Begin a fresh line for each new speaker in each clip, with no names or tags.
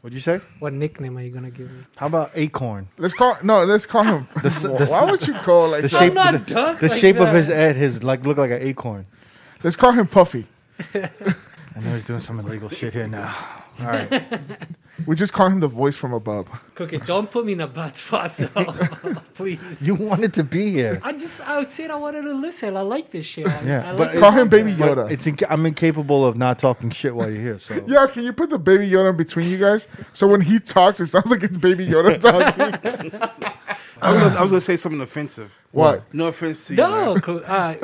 What'd you say?
What nickname are you gonna give me?
How about Acorn?
Let's call no. Let's call him.
s- the
Why
s-
would you call like
The
that?
shape,
not
the,
dunked
the
like
shape of
that.
his head, his like look like an acorn.
Let's call him Puffy.
I know he's doing some illegal shit here now.
All right. we just call him the voice from above.
Cookie, don't put me in a bad spot, though. Please.
You wanted to be here.
I just, I said I wanted to listen. I like this shit. I,
Yeah,
I
but
like
it-
Call him Baby
But
Yoda.
it's inca- I'm incapable of not talking shit while you're here. So
Yo, can you put the Baby Yoda in between you guys? So when he talks, it sounds like it's Baby Yoda talking.
I was, gonna, I was gonna say something offensive.
what?
No offense to you.
no,
man.
Coo- uh,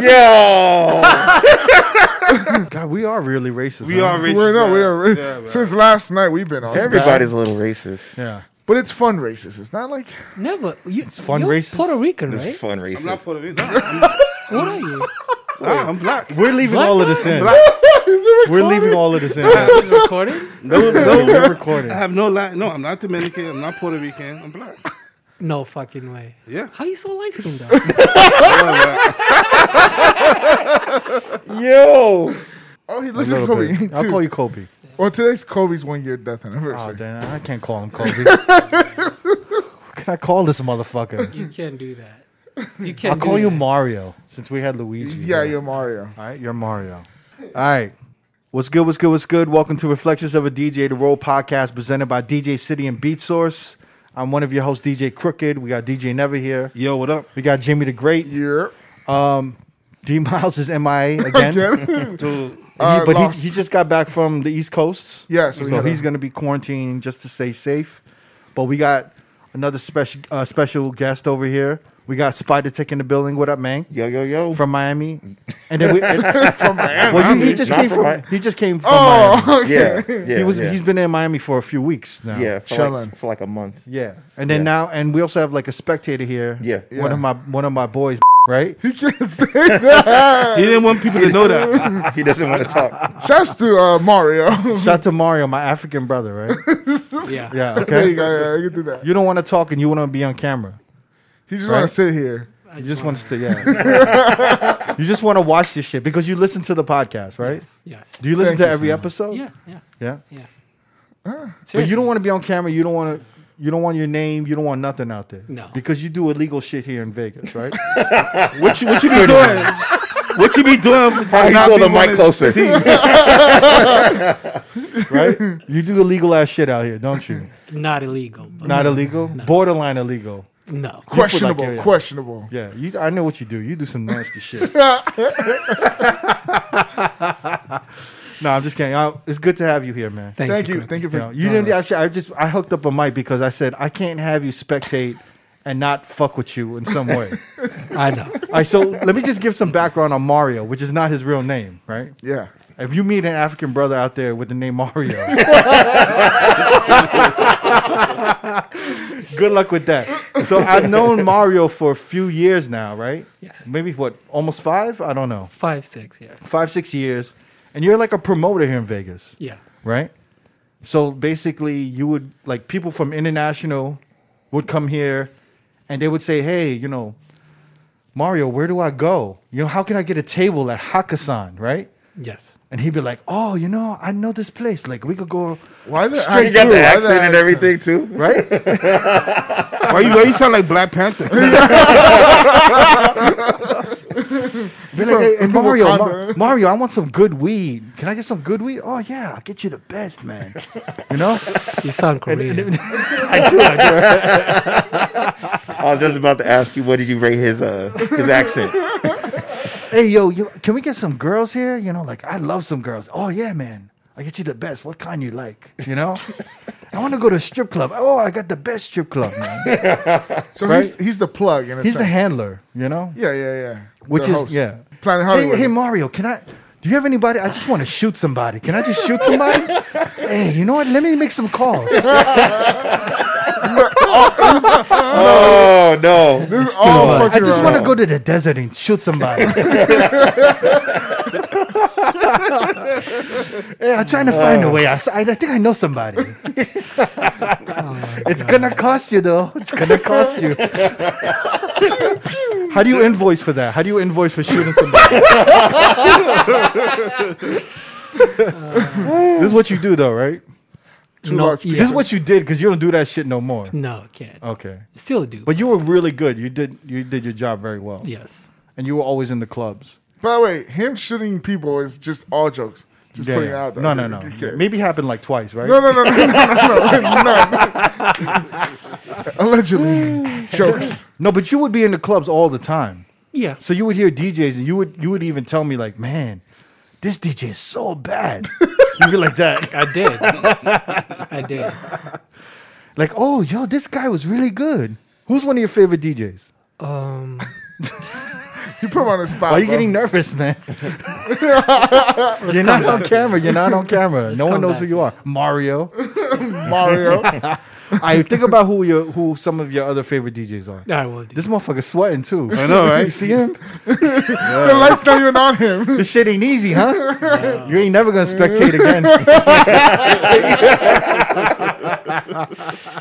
yeah. God, we are really racist.
We
huh?
are racist.
We're not.
man.
We are.
Yeah, man.
Since last night, we've been on.
Everybody's a little racist.
Yeah.
But it's fun racist. It's not like
never. You, it's
fun
you're
racist.
Puerto Rican,
This
right?
is fun
I'm not
racist.
Puerto Rican. No, I'm,
What are you?
no, I'm black.
We're leaving
Black
all of this in. We're leaving all of this in.
This is recorded?
No, no, we're recording.
I have no Latin. No, I'm not Dominican. I'm not Puerto Rican. I'm black.
No fucking way.
Yeah.
How you so light skinned though?
Yo.
Oh, he
A
looks like
little
Kobe.
bit. I'll
too.
call you Kobe.
Well, today's Kobe's one year death
Oh,
anniversary.
damn. I can't call him Kobe. what can I call this motherfucker?
you can't do that. You can't.
I'll call
do
you
that.
Mario since we had Luigi.
yeah,
here.
you're Mario.
All right, you're Mario. All right. What's good? What's good? What's good? Welcome to Reflections of a DJ, the Roll podcast presented by DJ City and Beat Source. I'm one of your hosts, DJ Crooked. We got DJ Never here.
Yo, what up?
We got Jimmy the Great. Um,
Yeah.
D Miles is MIA again.
Dude,
Uh,
He- but
lost.
he, he just got back from the East Coast.
Yeah, so
so,
we gotta-
he's going to be quarantining just to stay safe. But we got another special uh, special guest over here. We got Spider Tick in the building. What up, man?
Yo, yo, yo.
From Miami, and then we and,
From Miami.
well, he, he just
Not
came
from
from,
Mi-
he just came from Miami.
Oh, okay.
yeah, yeah.
he was
yeah.
he's been in Miami for a few weeks now.
yeah for
Chillin'.
like, for like a month.
yeah. And then
Yeah.
now, and we also have like a spectator here.
Yeah.
one
Yeah.
of my one of my boys, right?
You can't say that.
he didn't want people to know that.
He doesn't want to talk.
Shouts to uh, Mario.
Shout out to Mario, my African brother, right?
Yeah.
Yeah.
there you
Okay.
go. Yeah, you can do that.
You don't want to talk, and you want to be on camera.
He just
Right.
want to sit here.
You just want to stay, yeah. you just want to watch this shit because you listen to the podcast, right?
Yes.
Do you listen
Thank
to
you,
every episode?
Yeah. Yeah.
Yeah.
Yeah.
But you don't want to be on camera. You don't want to. You don't want your name. You don't want nothing out there.
No.
Because you do illegal shit here in Vegas, right?
What you, what you be doing? What you be doing? for-
How you
not
pull
be
the
wanted-
mic closer?
See,
right? You do illegal ass shit out here, don't you?
Not illegal. But
Not illegal. Borderline illegal.
No.
like
Questionable.
you, yeah.
Questionable.
Yeah. You, I know what you do. You do some nasty shit. no, I'm just kidding. I, it's good to have you here, man.
Thank,
Thank
you.
you.
Cookie.
Thank you for.
You know, you didn't actually. I just I hooked up a mic because I said I can't have you spectate and not fuck with you in some way.
I know.
All right, so let me just give some background on Mario, which is not his real name, right?
Yeah.
If you meet an African brother out there with the name Mario, good luck with that. So I've known Mario for a few years now, right?
Yes.
Maybe what, almost five? I don't know,
Five six. Yeah.
five six years, and you're like a promoter here in Vegas
Yeah.
right? So basically, you would like people from international would come here, and they would say, "Hey, you know, Mario, where do I go? You know, how can I get a table at Hakkasan, right?"
Yes.
And he'd be like, "Oh, you know, I know this place. Like, we could go,
Why the
Straight
He got
why
the accent and
accent?
everything too.
right?"
why you, why you sound like Black Panther?
Be like, hey, and
from
Mario, Ma-
Wakanda."
Mario, I want some good weed. Can I get some good weed? Oh yeah, I'll get you the best, man. You know,
You sound Korean.
I do, I do.
I was just about to ask you, what did you rate his uh his accent?
hey yo, you, can we get some girls here? You know, like I love some girls. Oh yeah, man. I get you the best. What kind you like? You know? I want to go to a strip club. Oh, I got the best strip club, man.
So
Right?
he's, he's the plug. In a
He's the
sense.
handler, you know?
Yeah, yeah, yeah.
Which
The
is
host.
yeah.
Planet
Hey,
Hollywood.
hey Mario, can I do you have anybody? I just want to shoot somebody. Can I just shoot somebody? hey, you know what? Let me make some calls.
Oh no.
this is all
I
fucking
just want to
wrong.
go to the desert and shoot somebody. yeah, I'm trying to find a way. I, s- I- I think I know somebody. it's gonna cost you though. It's gonna cost you. How do you invoice for that? How do you invoice for shooting somebody? This is what you do though, right?
Too
no,
large.
yeah. Mm.
This is what you did because you don't do that shit no more.
No, can't.
Okay.
Still do.
But you were really good. You did you did your job very well.
yes.
And you were always in the clubs.
By the way, him shooting people is just all jokes. Just
Yeah,
putting it
yeah.
out there.
No, no, no.
Okay.
Maybe happened like twice, right?
No, no, no, no, no, no, no, no, no. Allegedly, jokes.
No, but you would be in the clubs all the time.
Yeah.
So you would hear DJs and you would you would even tell me like, man, this DJ is so bad. You'd be like that.
I did. I did.
Like, oh yo, this guy was really good. Who's one of your favorite DJs?
Um,
You put him on the spot.
Why are you
bro.
getting nervous, man? you're not on camera. You're not on camera. No one
come
knows
back.
who you are. Mario.
Mario?
I think about who your who some of your other favorite DJs are.
I will do.
This motherfucker's sweating too.
I know,
You
right?
see him?
the light's not even on him.
This shit ain't easy, huh? You ain't never gonna spectate again.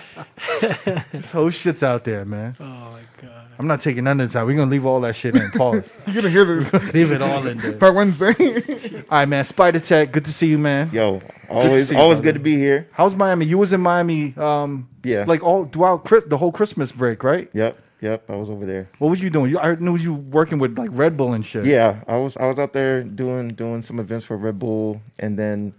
this whole shit's out there, man.
oh my god.
I'm not taking none of the time. We're gonna leave all that shit in. Pause.
You're gonna hear this
leave it all in there.
by Wednesday.
All right, man. Spider Tech, good to see you, man.
Yo, always
see you,
always
brother.
good to be here.
How's Miami? You was in Miami, um,
Yeah.
like all throughout Chris, the whole Christmas break, right?
Yep, yep. I was over there.
What was you doing? You, I knew you were working with like Red Bull and shit.
Yeah, I was I was out there doing doing some events for Red Bull, and then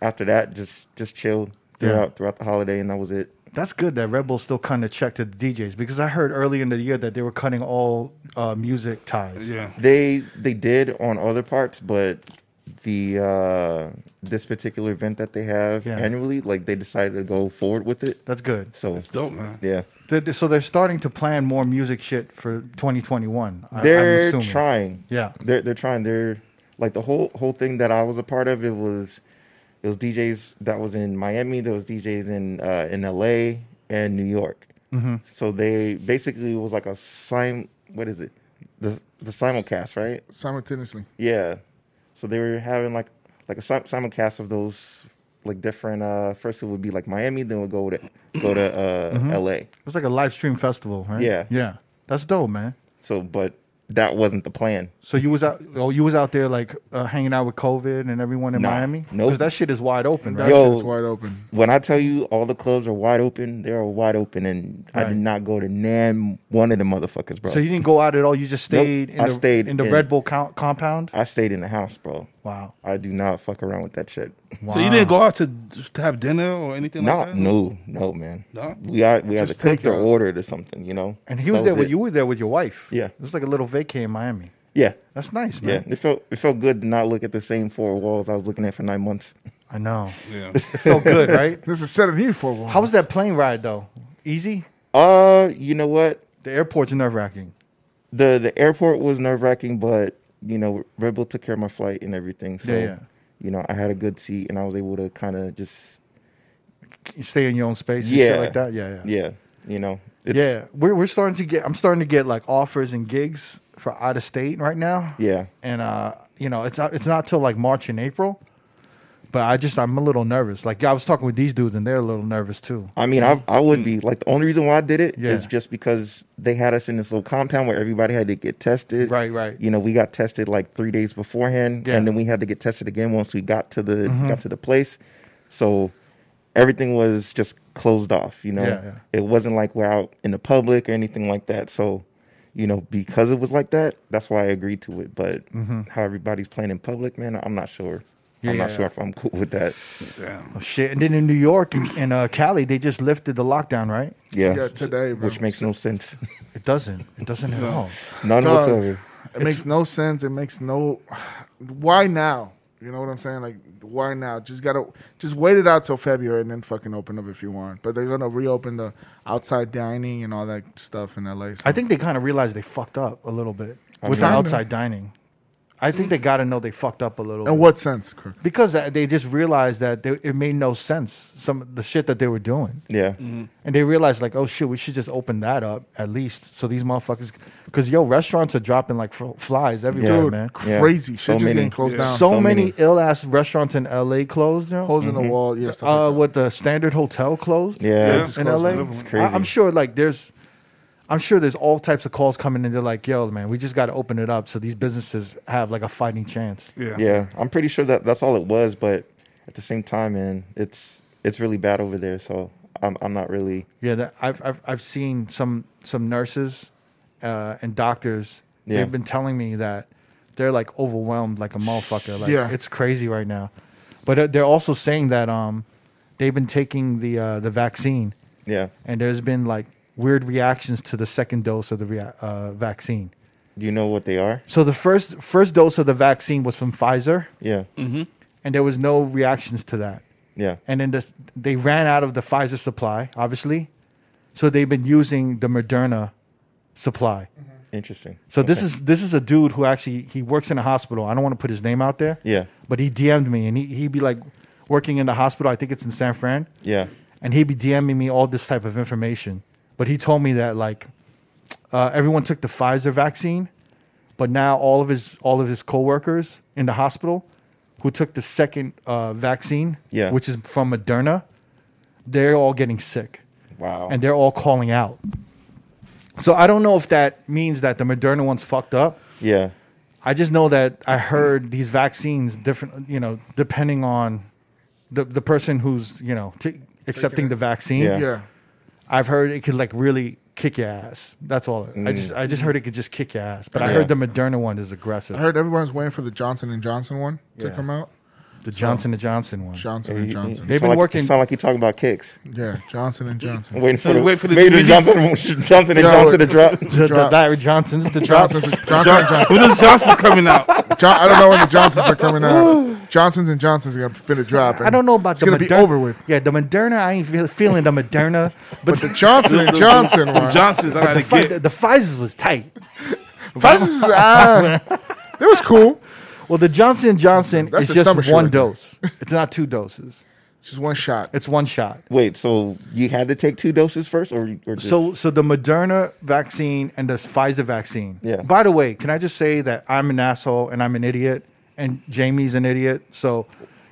after that, just just chilled
Yeah.
throughout throughout the holiday, and that was it.
That's good that Red Bull still kind of checked to the DJs because I heard early in the year that they were cutting all uh, music ties.
Yeah.
They they did on other parts, but the uh this particular event that they have
Yeah.
annually, like they decided to go forward with it.
That's good.
So
It's dope, man.
yeah,
They- they- So they're starting to plan more music shit for 2021. I- I'm
they're
assuming.
trying.
Yeah.
they're they're trying. They're like the whole whole thing that I was a part of. It was it was DJs that was in Miami. There was DJs in uh, in LA and New York.
Mm-hmm.
So they basically it was like a sim. What is it? The the simulcast, right?
Simultaneously.
Yeah. So they were having like like a sim- simulcast of those like different. uh First it would be like Miami, then we'll go to go to uh
Mm-hmm.
LA.
It's like a live stream festival, right?
Yeah.
Yeah. That's dope, man.
So, but that wasn't the plan.
So you was out, oh, you was out there like uh, hanging out with COVID and everyone in
Nah.
Miami.
Nope.
because that shit is wide open, right?
That
Yo.
shit's wide open.
When I tell you all the clubs are wide open, they are wide open, and I
Right.
did not go to nan one of the motherfuckers, bro.
So you didn't go out at all. You just
Nope.
stayed. in
I
the,
stayed
in the
in.
Red Bull co- compound.
I stayed in the house, bro.
Wow.
I do not fuck around with that shit.
wow.
So you didn't go out to, to have dinner or anything
Not
like that?
no, no, man.
No?
We are we either
Just take
cooked or
your-
ordered or something, you know.
And he was
That
there with
it.
you. Were there with your wife?
Yeah.
It was like a little vacay in Miami.
Yeah,
That's nice,
yeah.
man.
It felt it felt good to not look at the same four walls I was looking at for nine months.
I know.
Yeah.
It felt good, right?
This is set in here for one.
How was that plane ride though? Easy.
Uh, you know what?
The airport's nerve wracking.
the The airport was nerve wracking, but you know, Red Bull took care of my flight and everything. So,
Yeah, yeah.
you know, I had a good seat and I was able to kind of just
You stay in your own space. And
yeah,
Shit like that. Yeah. Yeah.
yeah. You know, it's,
yeah. We're we're starting to get. I'm starting to get like offers and gigs for out of state right now.
yeah.
and uh, you know, it's not it's not till like March and April. But I just I'm a little nervous. Like I was talking with these dudes, and they're a little nervous too.
I mean, I I would be like the only reason why I did it is
Mm. Yeah.
just because they had us in this little compound where everybody had to get tested.
Right, right.
You know, we got tested like three days beforehand,
Yeah. Mm-hmm.
and then we had to get tested again once we got to the got to the place. So everything was just closed off. You know,
Yeah, yeah.
it wasn't like we're out in the public or anything like that. So. You know, because it was like that, that's why I agreed to it. But how everybody's playing in public, man, I'm not sure.
Mm-hmm. Yeah,
I'm not
yeah,
sure
yeah.
if I'm cool with that.
Damn.
Oh, shit! And then in New York and, and uh, Cali, they just lifted the lockdown. Right?
Yeah.
Yeah, today, bro.
Which makes no sense.
It doesn't. It doesn't at all.
None
Dog.
whatsoever.
It makes no sense. It makes no. Why now? You know what I'm saying? Like, why now? Just gotta just wait it out till February and then fucking open up if you want. But they're gonna reopen the outside dining and all that stuff in LA. So.
I think they kind of realized they fucked up a little bit
Oh,
with the
mean-
outside dining. I think they got to know they fucked up a little.
In
bit.
what sense, Kirk?
because uh, they just realized that they, it made no sense some of the shit that they were doing.
Yeah.
And they realized, like, oh shit, we should just open that up at least. So these motherfuckers, because yo, restaurants are dropping like fl- flies everywhere,
Dude,
man.
Yeah.
Crazy shit
So
just
many.
getting closed
Yeah.
down.
So,
so
many,
many.
ill ass restaurants in LA closed. You know?
holes
Mm-hmm.
in the wall. Yeah, stuff
uh,
like
what the Standard Hotel closed.
Yeah.
Yeah.
in
closed
LA.
another one. It's
crazy.
I, am sure, like, there's. I'm sure there's all types of calls coming in. They're like, yo, man, we just got to open it up so these businesses have like a fighting chance.
Yeah.
Yeah, I'm pretty sure that that's all it was, but at the same time, man, it's it's really bad over there. So I'm I'm not really
Yeah, that, I've, I've I've seen some some nurses uh, and doctors.
Yeah.
They've been telling me that they're like overwhelmed, like a motherfucker. Like
Yeah.
it's crazy right now. But uh, they're also saying that um, they've been taking the uh, the vaccine,
yeah.
and there's been like weird reactions to the second dose of the rea- uh, vaccine.
Do you know what they are?
So the first first dose of the vaccine was from Pfizer,
Yeah,
and there was no reactions to that.
yeah,
And then this, they ran out of the Pfizer supply, obviously. So they've been using the Moderna supply.
interesting.
So this
Mm-hmm. Okay.
is this is a dude who actually he works in a hospital. I don't want to put his name out there.
Yeah.
But he DM'd me and he he'd be like working in the hospital, I think it's in San Fran,
yeah,
and he'd be DMing me all this type of information. But he told me that like uh, everyone took the Pfizer vaccine, but now all of his all of his coworkers in the hospital who took the second uh, vaccine,
Yeah.
which is from Moderna, they're all getting sick
wow.
and they're all calling out. So I don't know if that means that the Moderna one's fucked up.
yeah,
I just know that I heard these vaccines different, you know, depending on the the person who's you know t- accepting the vaccine.
Yeah.
Yeah.
I've heard it could like really kick your ass. That's all. I just I just heard it could just kick your ass. But I
Mm. Yeah.
heard the Moderna one is aggressive.
I heard everyone's waiting for the Johnson and Johnson one to come out.
the Johnson and Johnson one.
Johnson
You-
and
you-
Johnson.
They've
sound
been
like,
working-
It sound like you talking about kicks.
Yeah, Johnson and Johnson.
I'm waiting for the,
Wait for the
waiting
DVDs.
Johnson, Johnson and
Yeah,
Johnson to
wait.
drop.
The, the
Drop.
Larry Johnsons, the
Johnson's
Johnson.
Johnson and Johnson.
When those Johnson's coming out?
John, I don't know when the Johnsons are coming out. Johnsons and Johnsons are gonna finna drop.
I don't know about
it's
the
gonna be
Moderna-
over with.
Yeah, the Moderna. I ain't feel, feeling the Moderna, but
But the Johnson and Johnson
Them
one,
Johnson's I
the,
gotta
Pfi-
get.
the, the Pfizer's was tight.
Johnson's, ah, it was cool.
Well, the Johnson and Johnson
That's
is
the
just
summer shit
one
right there.
dose. It's not two doses.
Just one shot.
It's one shot.
Wait, so you had to take two doses first, or, or just,
So, so the Moderna vaccine and the Pfizer vaccine.
Yeah.
By the way, can I just say that I'm an asshole and I'm an idiot, and Jamie's an idiot. So,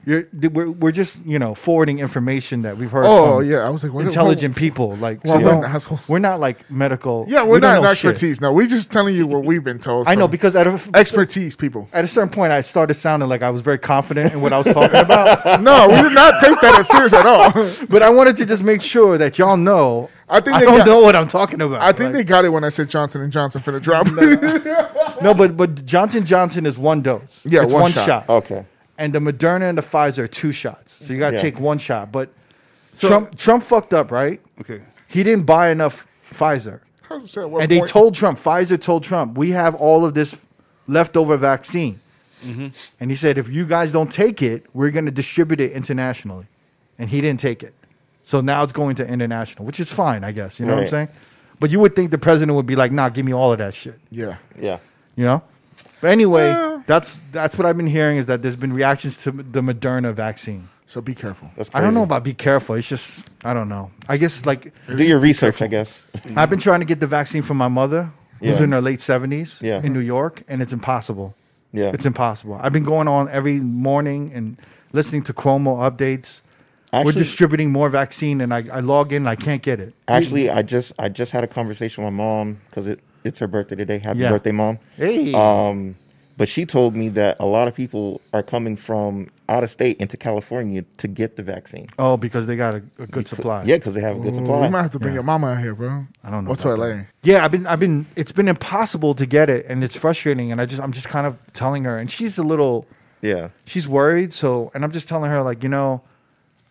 you're th- we're, we're just you know forwarding information that we've heard.
Oh
from
yeah, I was like, what
Intelligent people like
Well,
so
we're
don't-
an asshole.
we're not like medical.
yeah,
we
we're
don't
not an
know shit.
expertise. No, we're just telling you what we've been told.
I know
from
because at a,
expertise people.
at a certain point, I started sounding like I was very confident in what I was talking about.
No, we did not take that as serious at all.
But I wanted to just make sure that y'all know.
I think
I
they
don't
got-
know what I'm talking about.
I think they
Like,
got it when I said Johnson and Johnson for the drop.
no, but but Johnson Johnson is one dose.
Yeah,
it's
one
one,
shot.
shot.
okay,
And the Moderna and the Pfizer are two shots. So you got to
Yeah.
take one shot. But Trump Trump fucked up, right?
Okay.
He didn't buy enough Pfizer, and they told Trump. Pfizer told Trump, "We have all of this leftover vaccine," and he said, "If you guys don't take it, we're going to distribute it internationally," and he didn't take it. So now it's going to international, which is fine, I guess. You know what I'm
Right.
saying? But you would think the president would be like, "Nah, give me all of that shit."
Yeah.
yeah,
You know. But anyway,
Yeah.
that's that's what I've been hearing is that there's been reactions to the Moderna vaccine.
So be careful.
that's crazy.
I don't know about be careful. It's just I don't know. I guess like
Do your research, I guess.
I've been trying to get the vaccine from my mother, who's
Yeah.
in her late seventies,
Yeah.
in New York, and it's impossible.
Yeah,
It's impossible. I've been going on every morning and listening to Cuomo updates. We're
Actually-
distributing more vaccine, and I, I log in, and I can't get it.
Actually, I just I just had a conversation with my mom because it, it's her birthday today. Happy
Yeah.
birthday, mom!
Hey,
Um, but she told me that a lot of people are coming from out of state into California to get the vaccine.
oh, because they got a, a good supply.
Yeah, because they have a good
Ooh, we might
supply.
have to bring your mama out here, bro.
I don't know
What's
about
LA?
Yeah, I've been, I've been, it's been impossible to get it, and it's frustrating. And I just, I'm just kind of telling her, and she's a little,
Yeah,
she's worried. So, and I'm just telling her, like, you know,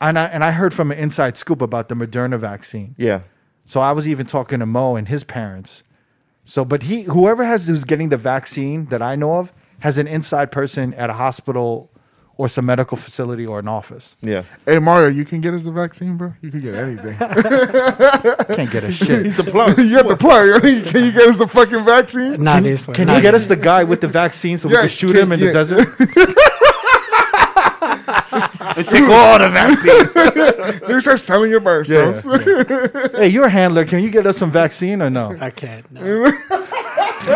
and I, and I heard from an inside scoop about the Moderna vaccine.
yeah,
So I was even talking to Mo and his parents. So, but he, whoever has who's getting the vaccine that I know of, has an inside person at a hospital or some medical facility or an office.
yeah.
Hey Mario, you can get us the vaccine, bro. You can get anything.
Can't get a shit.
He's the plug.
you have to plug. can you get us the fucking vaccine?
Not this one.
Can you
not
get
this
us the guy with the vaccine so
Yeah,
we can shoot
can-
him in
yeah.
the desert?
And take all the vaccine.
They start selling your birth.
Yeah.
so-
hey, you're a handler. Can you get us some vaccine or no?
one. I can't.
Mm.
No.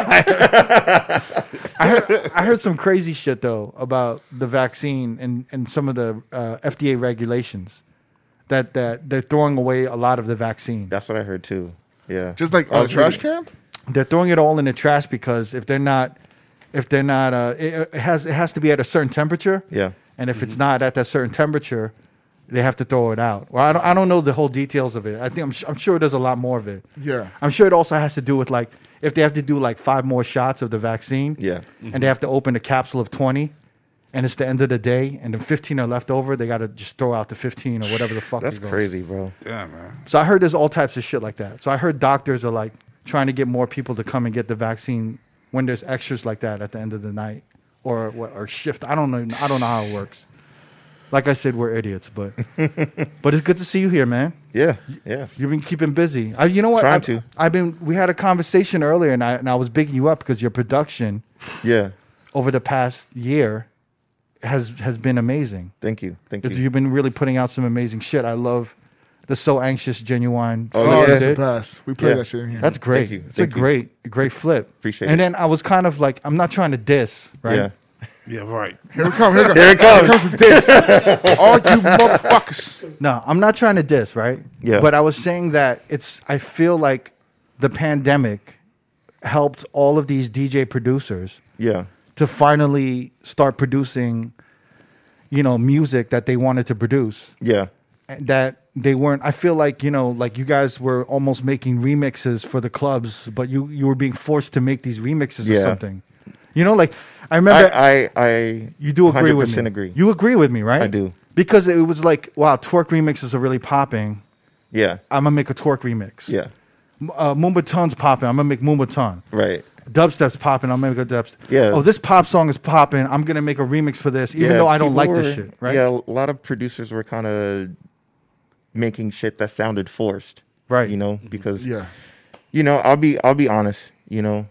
I heard, I heard some crazy shit though about the vaccine and, and some of the uh, FDA regulations that, that they're throwing away a lot of the vaccine.
That's what I heard too. Yeah.
Just like
I
on a
was
trash
reading-
can?
they're throwing it all in the trash because if they're not if they're not uh, it, it has it has to be at a certain temperature
Yeah.
and if it's not at that certain temperature they have to throw it out well I don't, I don't know the whole details of it i think I'm, su- I'm sure there's a lot more of it
Yeah.
i'm sure it also has to do with like if they have to do like five more shots of the vaccine
Yeah.
and they have to open a capsule of 20 and it's the end of the day and then 15 are left over they got to just throw out the 15 or whatever the fuck
That's
it goes.
crazy, bro.
Damn, man.
So I heard there's all types of shit like that. So I heard doctors are like trying to get more people to come and get the vaccine when there's extras like that at the end of the night or what- or shift. I don't know. I don't know how it works. Like I said, we're idiots, but but it's good to see you here, man.
Yeah. Yeah.
You've been keeping busy. I, you know what?
Trying
I've,
to.
I've been. We had a conversation earlier, and I and I was bigging you up because your production
Yeah.
over the past year has has been amazing.
Thank you. Thank
It's,
you.
you've been really putting out some amazing shit. I love the so anxious, genuine.
Oh,
song
Oh,
you
yeah.
that's
did.
the best. We play
Yeah.
that shit in here.
That's great.
you.
It's
Thank
a
you.
great, great flip.
Appreciate
and
it.
then I was kind of like, I'm not trying to diss, right?
Yeah.
Yeah, right.
here we come. Here we
Here
come.
it comes.
Here comes this. All you motherfuckers.
No, I'm not trying to diss, right?
Yeah.
But I was saying that it's. I feel like the pandemic helped all of these DJ producers
Yeah.
to finally start producing, you know, music that they wanted to produce.
Yeah.
that they weren't i feel like you know like you guys were almost making remixes for the clubs but you you were being forced to make these remixes or
Yeah.
something you know like i remember
I, I, I
you do agree with me
agree.
you agree with me right
I do.
because it was like wow twerk remixes are really popping
yeah.
i'm gonna make a twerk remix
Yeah.
M- uh, Moombaton's popping i'm gonna make Moombaton.
Right.
dubstep's popping i'm gonna make a dubstep
Yeah.
oh this pop song is popping i'm gonna make a remix for this even
Yeah,
though i don't like
people
this
were-
shit right
Yeah, a lot of producers were kind of making shit that sounded forced,
Right.
You know, because
Yeah.
you know, I'll be I'll be honest, you know,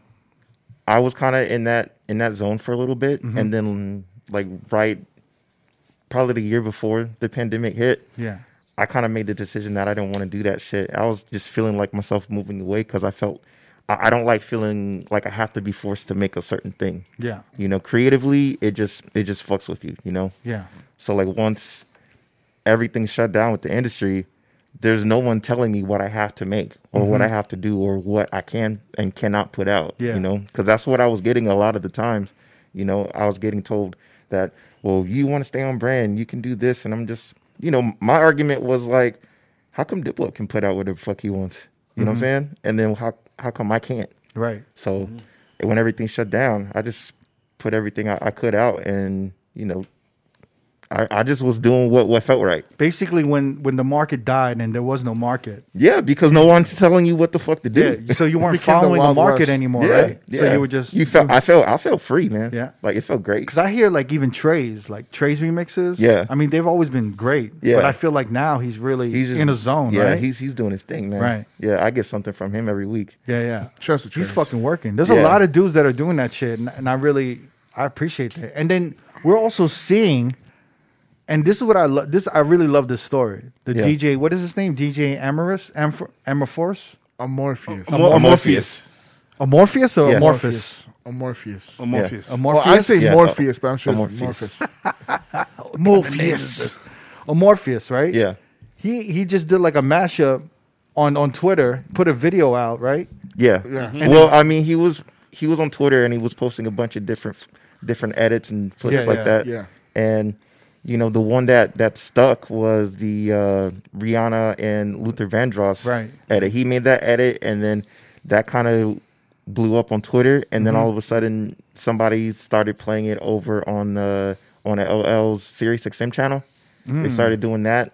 I was kind of in that in that zone for a little bit,
Mm-hmm.
and then like right, probably the year before the pandemic hit,
yeah
I kind of made the decision that I didn't want to do that shit. I was just feeling like myself moving away because I felt I, I don't like feeling like I have to be forced to make a certain thing.
Yeah.
you know, creatively it just it just fucks with you. You know.
yeah
So like once everything shut down with the industry, there's no one telling me what I have to make or what I have to do or what I can and cannot put out.
Yeah.
You know, because that's what I was getting a lot of the times. You know, I was getting told that, well, you want to stay on brand, you can do this, and I'm just, you know, my argument was like, how come Diplo can put out whatever the fuck he wants? You know what I'm saying? And then how how come I can't?
right
So when everything shut down, I just put everything I, I could out, and you know, I, I just was doing what what felt right.
basically when when the market died and there was no market
Yeah, because no one's telling you what the fuck to do.
yeah so you weren't
It became the
following the,
Wild
market
West.
anymore
Yeah,
right so
yeah.
you were just
you felt I felt I felt free, man.
Yeah.
like it felt great.
because i hear like even trey's like trey's remixes
Yeah.
i mean they've always been great
Yeah.
but i feel like now he's really
He's just-
in a zone
Yeah,
right
he's he's doing his thing, man.
Right.
Yeah, I get something from him every week.
yeah yeah
Trust the
he's
Treys.
fucking working there's a
Yeah.
lot of dudes that are doing that shit and, and i really i appreciate that and then we're also seeing and this is what i love this i really love this story the
Yeah.
dj what is his name dj amorous Amfor- amorphous
A Morpheus.
Amor- Amorpheus.
amorpheus or
Yeah.
amorphous
A Morpheus.
Amorpheus.
amorpheus
Well, I say
Yeah,
Morpheus, but I'm sure it's
Amorpheus.
Morpheus. Morpheus.
or Morpheus, right?
Yeah.
He he just did like a mashup on on Twitter, put a video out, right?
Yeah.
Yeah.
Mm-hmm.
Well, I mean, he was he was on Twitter and he was posting a bunch of different different edits and footage
Yeah,
like
yeah.
that.
Yeah.
And you know, the one that that stuck was the uh, Rihanna and Luther Vandross
Right.
edit. He made that edit, and then that kind of blew up on Twitter. And
Mm-hmm.
then all of a sudden, somebody started playing it over on the on the LL's Sirius XM channel.
Mm.
They started doing that,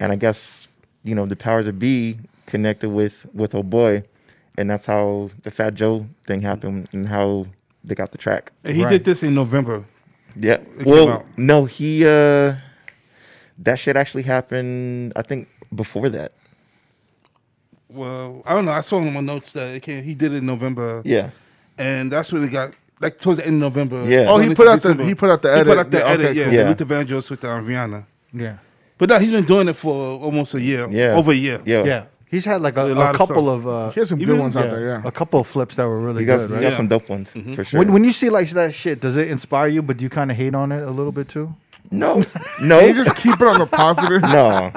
and I guess you know the powers of B connected with with oh boy, and that's how the Fat Joe thing happened and how they got the track.
And he
Right.
did this in November.
Yeah.
It came
well,
out.
no, he uh that shit actually happened I think before that.
Well, I don't know. I saw in my notes that it came, he did it in November.
Yeah.
and that's when it got like towards the end of November.
Yeah.
Oh, he
Going
put
into
out the- he put out the
He
edit.
put out the
Yeah,
edit.
okay,
yeah,
cool. Yeah.
the Luther Vandross with the Rihanna.
Yeah.
But now he's been doing it for almost a year.
Yeah.
over a year.
Yeah.
Yeah. He's had like a,
A lot
a
of
couple
stuff.
of, uh,
He has some
Even-
good ones
yeah,
out there, yeah.
a couple of flips that were really
He got,
good,
he
right?
got
Yeah. Mm-hmm.
some dope ones for sure.
When when you see like that shit, does it inspire you? But do you kind of hate on it a little bit too?
No, no,
You just keep it on the positive.
no,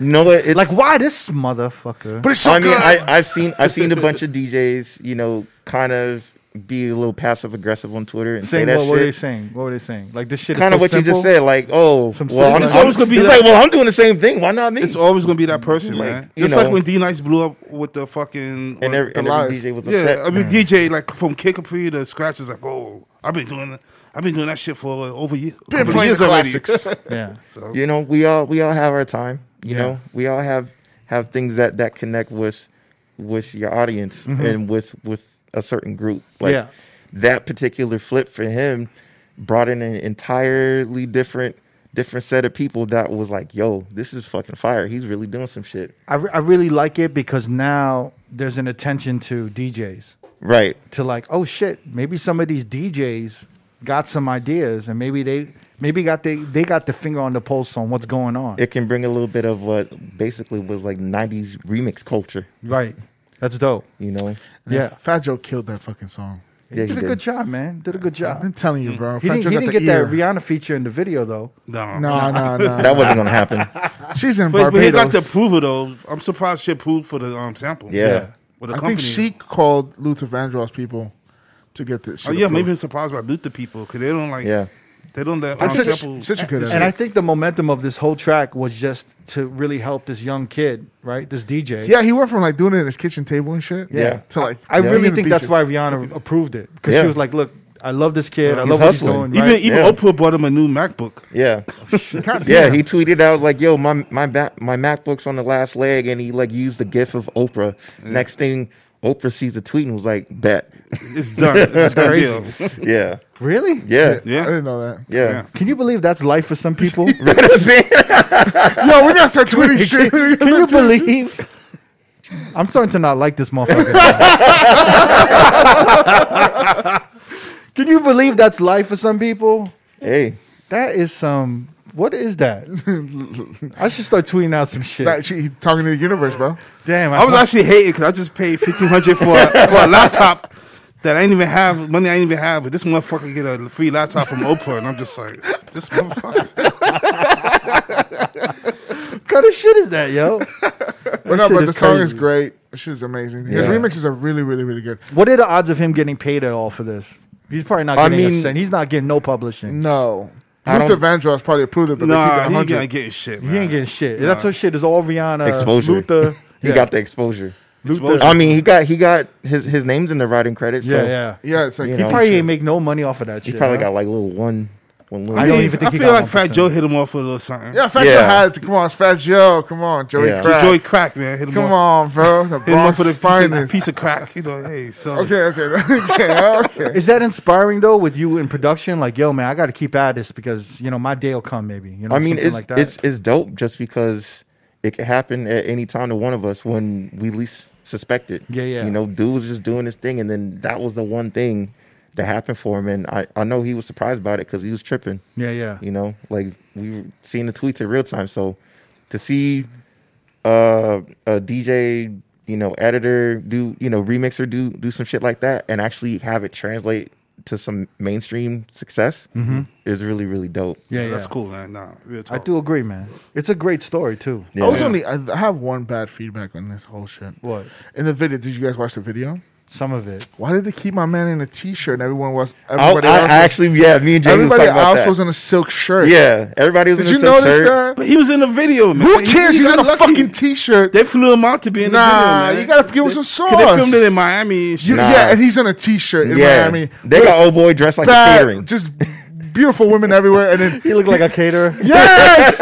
no. It's
Like why this motherfucker?
But it's so
I mean,
good.
I, I've seen I've seen a bunch of DJs, you know, kind of be a little passive aggressive on Twitter and
saying
say that
what, what were they
shit.
saying? What were they saying? Like this shit.
Kind
is so
of what you
simple.
just said, like, oh,
Some
well, I'm,
simple-
I'm,
It's
always gonna be
it's
that-
like, well, I'm doing the same thing. Why not me?
It's always gonna be that person,
Like,
man.
you
It's
know.
like when D Nice blew up with the fucking uh,
and every, and
live.
every DJ was
yeah.
upset.
I mean DJ like from Kick Up Free to Scratch is like, oh, I've been doing I've been doing that shit for uh, over year,
Been
couple of
playing
years
the
already.
classics.
Yeah.
so,
you know, we all we all have our time. You
Yeah.
know, we all have have things that that connect with with your audience and with with a certain group. Like
Mm-hmm. Yeah.
that particular flip for him brought in an entirely different different set of people that was like, "Yo, this is fucking fire. He's really doing some shit."
I, re- I really like it because now there's an attention to DJs
Right.
to like, oh shit, maybe some of these DJs got some ideas and maybe they maybe got they they got the finger on the pulse on what's going on.
It can bring a little bit of what basically was like '90s remix culture.
right. That's dope.
You know.
Yeah.
Fat Joe killed that fucking song.
Yeah,
he did a good job, man. Did a good
I've been
job.
telling you, bro.
Mm. He
Fat
didn't,
Joe
he
got
didn't
the
get that
ear.
Rihanna feature in the video though.
no,
No, no,
Uh,
no.
That wasn't gonna happen.
She's in
But,
Barbados.
but he got the approval though. I'm surprised she approved for the um sample.
Yeah.
with
I think
the company.
she called Luther Vandross people to get this.
Oh
shit
yeah,
approved.
maybe I'm surprised by Luther people because they don't like.
Yeah.
they don't let
But
um,
such-
sample.
such a good
this
And
Yeah.
I think the momentum of this whole track was just to really help this young kid, right? This DJ.
Yeah, he went from like doing it at his kitchen table and shit.
Yeah.
To like,
I
Yeah.
really
Even
think
the
that's
beaches.
why Rihanna approved it because
Yeah.
she was like, "Look, I love this kid. I
He's
love what
hustling.
he's doing."
Even
Right?
even
Yeah.
Oprah bought him a new MacBook.
Yeah.
God
Yeah,
damn.
he tweeted out like, "Yo, my my ba- my MacBook's on the last leg," and he like used the GIF of Oprah. Next thing, Oprah sees the tweet and was like, "Bet."
It's done. It's a done
Crazy.
deal.
yeah,
really?
yeah, yeah.
I
Yeah.
didn't know that.
Yeah.
Can you believe that's life for some people?
You know what I'm saying?
Yo, we gotta start tweeting shit.
Can
We gotta
you
start tweeting shit.
believe? I'm starting to not like this motherfucker. Can you believe that's life for some people?
hey,
That is some. What is that? I should start tweeting out some shit.
That she talking to the universe, bro.
Damn,
I was actually hating because I just paid fifteen hundred for a, for a laptop that I didn't even have money. I didn't even have, but this motherfucker get a free laptop from Oprah, and I'm just like, this motherfucker.
what kind of shit is that, yo?
But no,
shit
but
is
the song is
crazy.
great. This shit's amazing. His
Yeah.
remixes are really, really, really good.
What are the odds of him getting paid at all for this? He's probably not
I
getting a
mean-
cent. He's not getting no publishing.
No.
I
Luther
don't-
Vandross probably approved it, but
nah,
they
he
keep
ain't
it 100.
getting shit. Man.
He ain't getting shit. That's what shit is all Rihanna
exposure.
Luther.
He
Yeah.
got the exposure.
Exposure.
I mean, he got he got his his name's in the writing credits.
yeah,
so
yeah.
Yeah, it's like,
You
He
know,
probably
shit.
ain't make no money off of that
He
shit.
probably
huh?
got like little one one little.
I
I,
don't
mean,
even think
I
he
feel
got
like Fat
1%.
Joe hit him off with a little something.
yeah, Fat Joe
Yeah.
had it. Come on, it's Fat Joe. Come on, Joey
Yeah.
Crack.
Joey Crack, man, hit him
Come
off.
on, bro. The
Hit him off
Bronx
with a piece of,
finest.
piece of crack. You know, hey, so
Okay, okay, okay, okay.
Is that inspiring though with you in production? Like, yo, man, I got to keep at this because you know my day will come. Maybe you know.
I mean,
something
it's
like that.
it's it's dope just because it can happen at any time to one of us when we least suspect it.
Yeah, yeah.
You know, dude was just doing his thing, and then that was the one thing that happened for him, and I I know he was surprised about it because he was tripping.
yeah, yeah,
You know, like we were seeing the tweets in real time, so to see uh, a DJ, you know, editor do you know remixer do do some shit like that, and actually have it translate to some mainstream success is really really dope.
Mm-hmm. yeah, yeah.
that's cool, man. Nah, real
I
talk.
do agree, man. It's a great story too.
Yeah.
I was only. I I have one bad feedback on this whole shit.
What?
In the video, did you guys watch the video?
Some of it.
Why did they keep my man in a t-shirt and everyone was?
I,
Everybody
I
else was-
actually, yeah, me and Jamie was
everybody
talking about
else
that.
was in a silk shirt.
yeah, everybody was
Did
in the
you
same
notice
shirt.
that?
But he was in the video, man.
Who
He-
cares?
he
He's
got
in a
lucky.
fucking t-shirt.
They flew him out to be in the
Nah,
video, man.
you gotta give him some
They- 'cause They filmed
sauce.
it in Miami. and shit.
You-
Nah.
Yeah, and he's in a t-shirt in
Yeah,
Miami.
they got old boy dressed like a
Bad-
catering.
just beautiful women everywhere, and then
He looked like a caterer.
yes,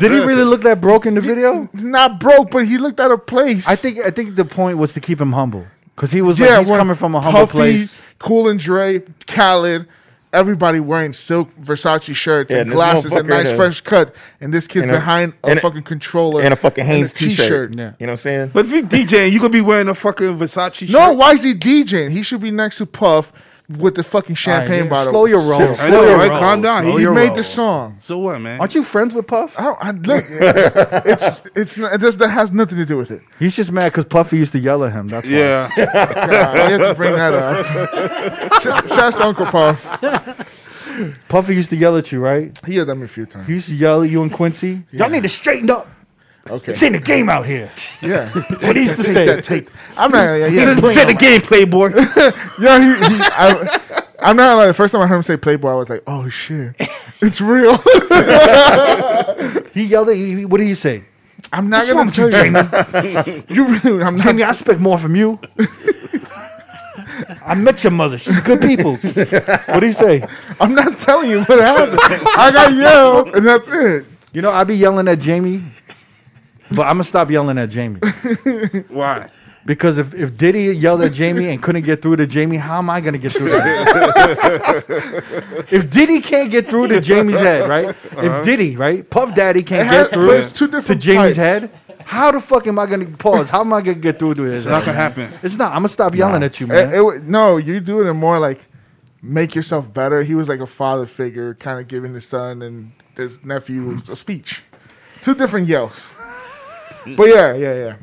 Did he really look that broke in the video?
not broke, but he looked out of place.
I think I think the point was to keep him humble because he was
yeah,
like he's
when
coming from a humble
Puffy,
place.
Cool and Dre, Khaled, everybody wearing silk Versace shirts
Yeah,
and
and this
glasses and
motherfucker
nice
in a-
fresh cut, and this kid's
in a-
behind a,
in a-
fucking controller
and a fucking Hanes
and a
t-shirt.
Yeah.
You know what I'm saying?
But if you're DJing, you could be wearing a fucking Versace
No,
shirt.
why is he DJing? He should be next to Puff with the fucking champagne
yeah,
bottle.
slow your roll.
Sip.
Slow
I know,
your
right?
roll.
Calm down.
Slow
He
He
your
made
roll.
the song.
So what, man?
Aren't you friends with Puff?
I don't I, look. It's it's not, this that has nothing to do with it.
He's just mad because Puffy used to yell at him. That's why.
Yeah.
God, I have to bring that up. Sh- Shouts to Uncle Puff.
Puffy used to yell at you, right?
He yelled at me a few times.
He used to yell at you and Quincy. Y'all need to straighten up.
Okay.
It's in the game out here.
Yeah.
What he used to
Take
say.
that tape. I'm not. Yeah. yeah.
Playing
Say the game, playboy.
Yeah, he, he, I, I'm not like the first time I heard him say Playboy, I was like, "Oh shit, it's real."
He yelled at you. What did he say?
I'm not
What's wrong with
gonna tell
you,
you.
Jamie?
You really, I'm not.
Jamie, I expect more from you. I met your mother. She's good people. What do you say?
I'm not telling you what happened. I got yelled, and that's it.
You know, I be yelling at Jamie, but I'm gonna stop yelling at Jamie
Why?
because if, if Diddy yelled at Jamie and couldn't get through to Jamie, how am I gonna get through? to him? if Diddy can't get through to Jamie's head, right? If Diddy, right, Puff Daddy
Uh-huh. It
can't
has-
get through
but it's two
to
different
Jamie's
types.
head, how the fuck am I gonna pause? How am I gonna get through to his?
It's not
head?
gonna happen.
It's not. I'm gonna stop yelling at you, man.
It, it wa- no, you doing it more like make yourself better. He was like a father figure, kind of giving his son and his nephew a speech. Two different yells. But yeah, yeah, yeah.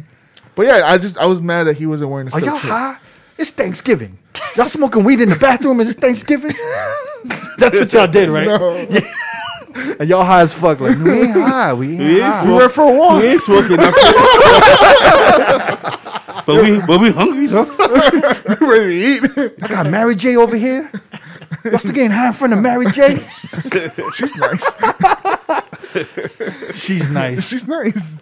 But yeah, I just I was mad that he wasn't wearing a
Are
silk
y'all
shirt.
high? It's Thanksgiving. Y'all smoking weed in the bathroom and it's Thanksgiving? That's what y'all did, right?
No.
And y'all high as fuck. Like, we ain't high. We ain't
We ain't
high.
smoking.
went for a walk.
We ain't smoking. nothing. but we, but we hungry though.
ready to eat.
I got Mary J over here. Y'all still getting high in front of Mary J?
She's nice.
She's nice.
She's nice.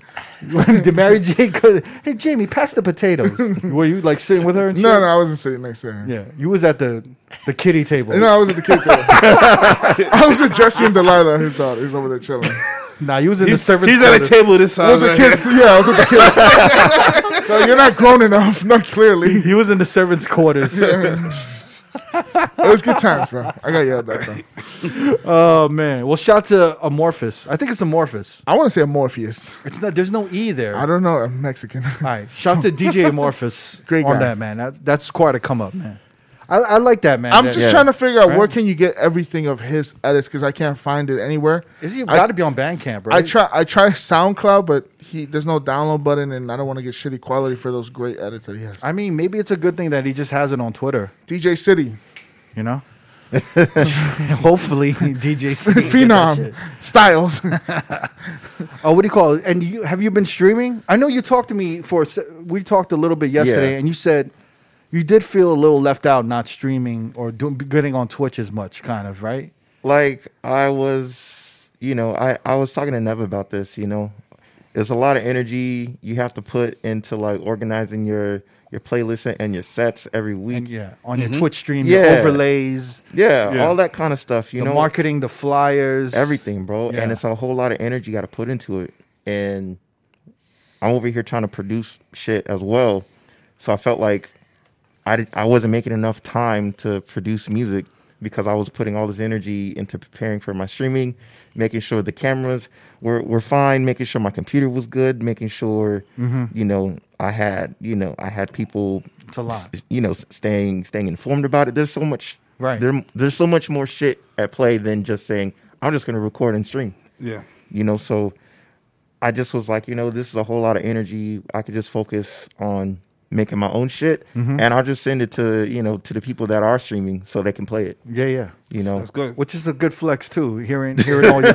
Did Mary J go, hey, Jamie, pass the potatoes. Were you like sitting with her and shit?
No, no, I wasn't sitting next to her.
Yeah, you was at the, the kitty table.
No, I was at the kids' table. I was with Jesse and Delilah, his daughter. He's over there chilling.
Nah, you was in the
He's,
service.
he's at a
quarters.
table this size.
With the
right here.
kids, yeah, I was with the kids. no, you're not grown enough, not clearly.
He was in the servants' quarters.
It was good times, bro. I got yelled at, bro.
oh man. Well, shout to Amorphous. I think it's Amorphous.
I want to say Morpheus.
It's not. There's no e there.
I don't know. I'm Mexican.
All right, shout to DJ Amorphous
Great
on
guy.
that man. That, that's quite a come up, man. I, I like that man.
I'm
That-
just
Yeah.
trying to figure out where
Right.
can you get everything of his edits because I can't find it anywhere.
is he
I-
got to be on Bandcamp, right?
I try I try SoundCloud, but he there's no download button, and I don't want to get shitty quality for those great edits that he has.
I mean, maybe it's a good thing that he just has it on Twitter.
DJ City,
You know, hopefully DJ Sneak did that
Phenom,
shit.
Styles.
Oh, what do you call it? And you have you been streaming? I know you talked to me for. a se- We talked a little bit yesterday,
Yeah.
and you said you did feel a little left out not streaming or doing getting on Twitch as much, kind of right.
like I was, you know, I, I was talking to Nev about this, you know. It's a lot of energy you have to put into like organizing your your playlist and your sets every week.
And yeah, on
Mm-hmm.
your Twitch stream, your
Yeah.
overlays,
yeah,
Yeah.
all that kind of stuff, you
the
know.
marketing, the flyers,
everything, bro.
Yeah.
And it's a whole lot of energy you got to put into it. And I'm over here trying to produce shit as well. So I felt like I did, I wasn't making enough time to produce music because I was putting all this energy into preparing for my streaming, making sure the cameras were were fine, making sure my computer was good, making sure you know I had you know I had people
It's a lot.
s- you know s- staying staying informed about it. There's so much
Right.
There there's so much more shit at play than just saying I'm just gonna record and stream.
Yeah.
You know, so I just was like, you know, this is a whole lot of energy. I could just focus on making my own shit,
Mm-hmm.
and I'll just send it to you know to the people that are streaming so they can play it.
Yeah, yeah.
You know,
That's good.
Which is a good flex too. Hearing hearing all your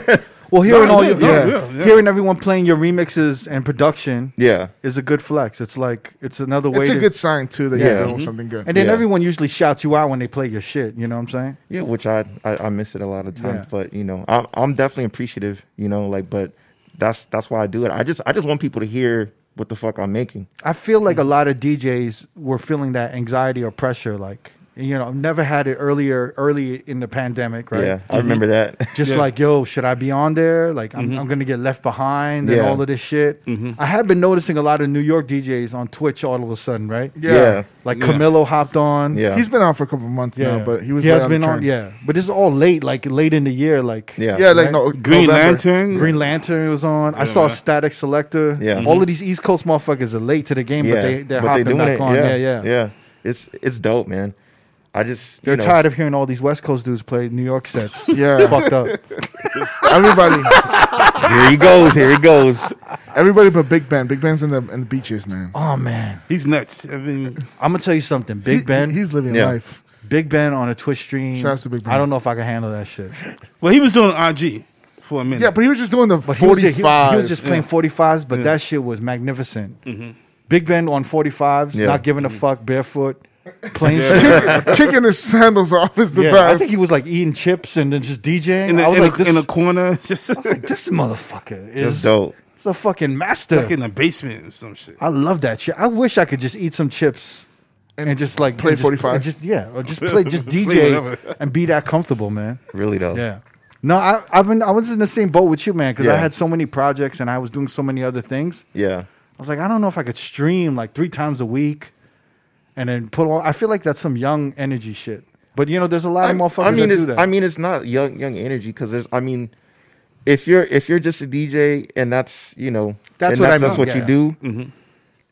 well, hearing all your
no,
yeah,
yeah, yeah.
hearing everyone playing your remixes and production
yeah,
is a good flex. It's like it's another way.
it's
to,
a good sign too that
Yeah.
you're doing something good.
Mm-hmm. and then
yeah.
everyone usually shouts you out when they play your shit. You know what I'm saying?
yeah. Which I I, I miss it a lot of times,
Yeah.
but you know, I'm I'm definitely appreciative. You know, like, but that's that's why I do it. I just I just want people to hear what the fuck I'm making.
I feel like a lot of DJs were feeling that anxiety or pressure. Like you know, never had it earlier early in the pandemic, right? Mm-hmm.
Yeah, I remember that.
just
Yeah.
like yo should i be on there like i'm, I'm gonna get left behind and
Yeah.
all of this shit i have been noticing a lot of new york djs on twitch all of a sudden right
yeah,
like
Yeah.
camilo hopped on
yeah,
He's been on for a couple months
yeah
now, but he was.
he
late
has
the
been on
train.
yeah but this is all late like late in the year like
yeah,
yeah, like
Right?
no
Green
November.
Lantern.
green lantern was on i saw static selector
Yeah.
all of these east coast motherfuckers are late to the game but they, they're hopping back on yeah yeah,
yeah. It's it's dope, man. I just
They're
you know,
tired of hearing all these West Coast dudes play New York sets.
Yeah.
fucked up.
Everybody,
Here he goes. Here he goes.
everybody but Big Ben. Big Ben's in the in the beaches, man.
Oh man,
He's nuts. I mean,
I'm gonna tell you something,
He-
Big Ben.
he's living
Yeah.
life.
Big Ben on a Twitch stream.
Shouts to Big Ben.
I don't know if I can handle that shit.
Well, he was doing IG for a minute.
Yeah, but he was just doing the
But he was,
forty
just, he,
five.
he was just playing 45s, but that shit was magnificent.
Mm-hmm.
Big Ben on 45s,
Yeah.
not giving a fuck, barefoot, playing shit.
kicking his sandals off is the
Yeah, I
best.
think he was like eating chips and then just DJing.
in the,
I was
in,
like,
the-
this,
in the corner, just
like, this motherfucker
That's
is
dope.
He's a fucking master.
like in the basement or some shit.
I love that shit. I wish I could just eat some chips and, just like
play
and just-
45.
and Just, yeah, or just play, just
Play
DJ
whatever.
and be that comfortable, man.
Really though.
Yeah. No, I, I've been I was in the same boat with you, man, because I
Yeah.
had so many projects and I was doing so many other things.
Yeah.
I was like, I don't know if I could stream like three times a week, and then put all. I feel like that's some young energy shit. But you know, there's a lot of motherfuckers
I mean,
that
it's,
do that.
I mean, it's not young young energy because there's. I mean, if you're if you're just a DJ and that's you know
That's
and
what I
that's, that's
mean,
what
yeah.
you do,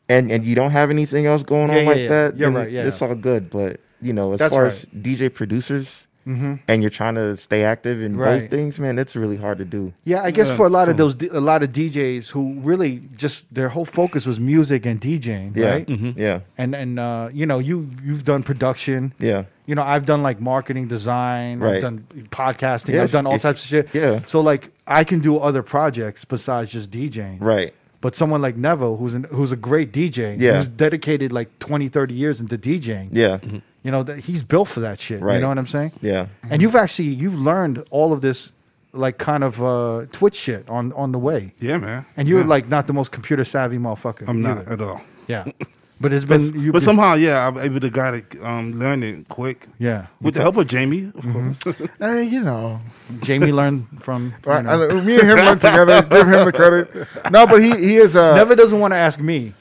and and you don't have anything else going
Yeah,
on
yeah,
like
yeah.
that,
You're
then
right, yeah.
it's all good. But you know, as
That's
far
right. Mm-hmm.
as DJ producers, and you're trying to stay active in
Right.
both things, man, it's really hard to do.
yeah, I guess for a lot of those, a lot of DJs who really just their whole focus was music and DJing,
Yeah, Mm-hmm.
right?
yeah,
and and uh, you know you you've done production.
yeah.
You know I've done like marketing design. I've
Right.
done podcasting.
Yeah,
I've done all
if-
types of shit.
yeah.
So like I can do other projects besides just DJing.
Right.
But someone like Neville, who's an, who's a great DJ,
Yeah.
who's dedicated like 20, 30 years into DJing.
Yeah.
You know that he's built for that shit. You
Right.
know what I'm saying?
Yeah.
And you've actually you've learned all of this like kind of uh, Twitch shit on on the way.
Yeah, man.
And you're
Yeah.
like not the most computer savvy motherfucker.
I'm not
either.
at all.
Yeah. But it's
But,
been you-
but somehow, yeah, I'm able to got it, um, learn it quick.
Yeah. Mm-hmm.
With the help of Jamie, of course.
Eh, you know,
Jamie learned from.
I-
You know.
I- me and him went together. Give him the credit. No, but he he is a.
Never doesn't want to ask me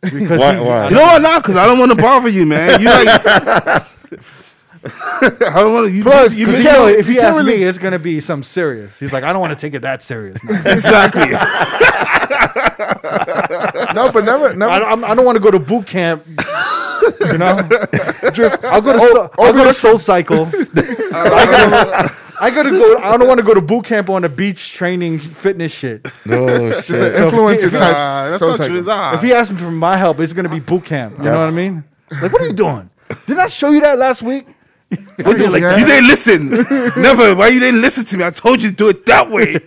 because
Why-
he-
why?
I
you know what? Nah, because I don't want to bother you, man. You like, I don't want to. You
Plus,
busy- you
'cause
busy-
he know if he
can't
asks
really-
me, it's gonna be some serious. He's like, I don't want to take it that serious. I
exactly.
no, but never never.
don't, I'm- I don't want to go to boot camp. You know, Oh,
just
I'll go to so, I'll go to Soul Cycle. I gotta go. I don't want to go to boot camp on the beach training fitness shit.
Oh
the
shit.
influencer type.
Nah, that's
soul
not
cycle.
true. Nah.
If he asks me for my help, it's gonna be boot camp. You know what I
That's-
mean? Like, what are you doing? Didn't I show you that last week?
What you-
you didn't listen. Never. Why you didn't listen to me? I told you to do it that way.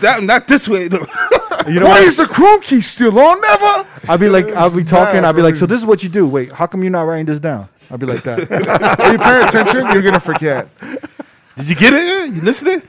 that not this way.
You know
Why
what?
is the chrome key still on? Never.
I'll be like, I'll be talking.
bad,
I'll be like,
bro.
so this is what you do. Wait, how come you're not writing this down? I'll be like that.
Are you paying attention? You're gonna forget.
Did you get it? You listening?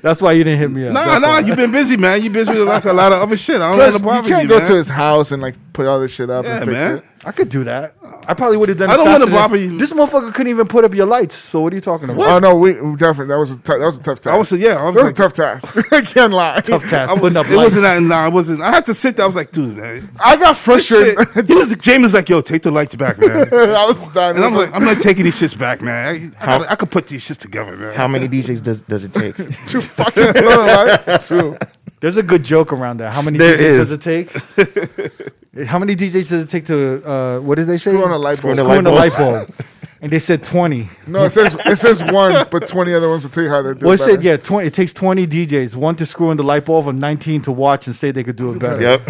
That's why you didn't hit me up.
Nah,
That's
nah.
why.
You've been busy, man. You've been busy with like a lot of other shit. I don't
Plus,
want to bother
you can't
you,
go
man.
to his house and like put all this shit up
Yeah,
and fix
man.
it.
I could do that. I probably would have done.
I
it
don't wanna
faster than-
bother you.
This motherfucker couldn't even put up your lights. So what are you talking about?
Oh no, we we definitely that was a t- that was a tough task.
I was yeah. I
that
was
was
like,
a tough task. I can't lie.
Tough task.
I was,
putting up
it
lights.
wasn't that. Nah, I wasn't. I had to sit there. I was like, dude, man.
I got
this shit-
frustrated.
He was, James was like, yo, take the lights back, man.
I was done.
And I'm like, I'm not taking these shits back, man. I, I, gotta- I could put these shits together, man.
How many DJs does does it take?
too fucking blown, like, too.
There's a good joke around that. How many
There
DJs does
is.
it take? how many DJs does it take to? Uh, what did they say?
Screw on a light
Screw
bulb.
on a
Screw in a
light
light bulb. And they said twenty.
No, it says it says one, but twenty other ones will tell you how they do.
Well, it
better.
said yeah, twenty. It takes twenty DJs, one to screw in the light bulb, and nineteen to watch and say they could do it better.
yep.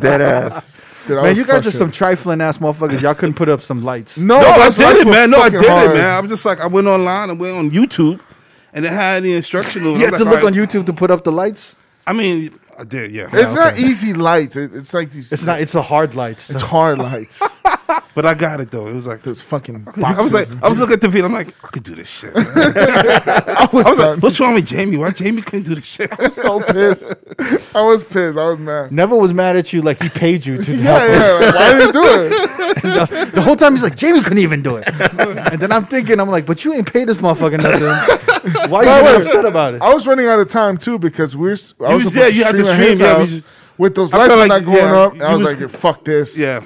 Dead ass.
Dude, I
Man,
was
you guys are some
frustrated.
trifling ass motherfuckers. Y'all couldn't put up some lights.
No,
No, I
those lights
did it,
were
man. No, I
fucking
did it,
hard.
man. I'm just like, I went online and went on YouTube, and it had the instructional.
You had
I'm
to
like,
look
all
on
right.
YouTube to put up the lights.
I mean, I did, yeah.
It's not easy lights. It, it's like these.
It's not. It's a hard lights.
It's hard lights.
But I got it though. It was like,
Those fucking.
I was like, I was looking at the video. I'm like, I could do this shit. man.
I was,
I was
done.
like, what's wrong with Jamie? Why Jamie couldn't do this shit?
so pissed. I was pissed. I was mad.
Never was mad at you like he paid you to.
Yeah, yeah. like, why did you do it?
The whole time he's like Jamie couldn't even do it, and then I'm thinking I'm like, but you ain't paid this motherfucker nothing. Why are you
wait.
getting upset about it?
I was running out of time too because we we're. s- I
You
was
was-
supposed
yeah, you had to
at his
stream, yeah, we
house
just-
with those
I
lights
felt
were
like,
not going
yeah,
up. and I
you
was,
was-
like, fuck this.
yeah,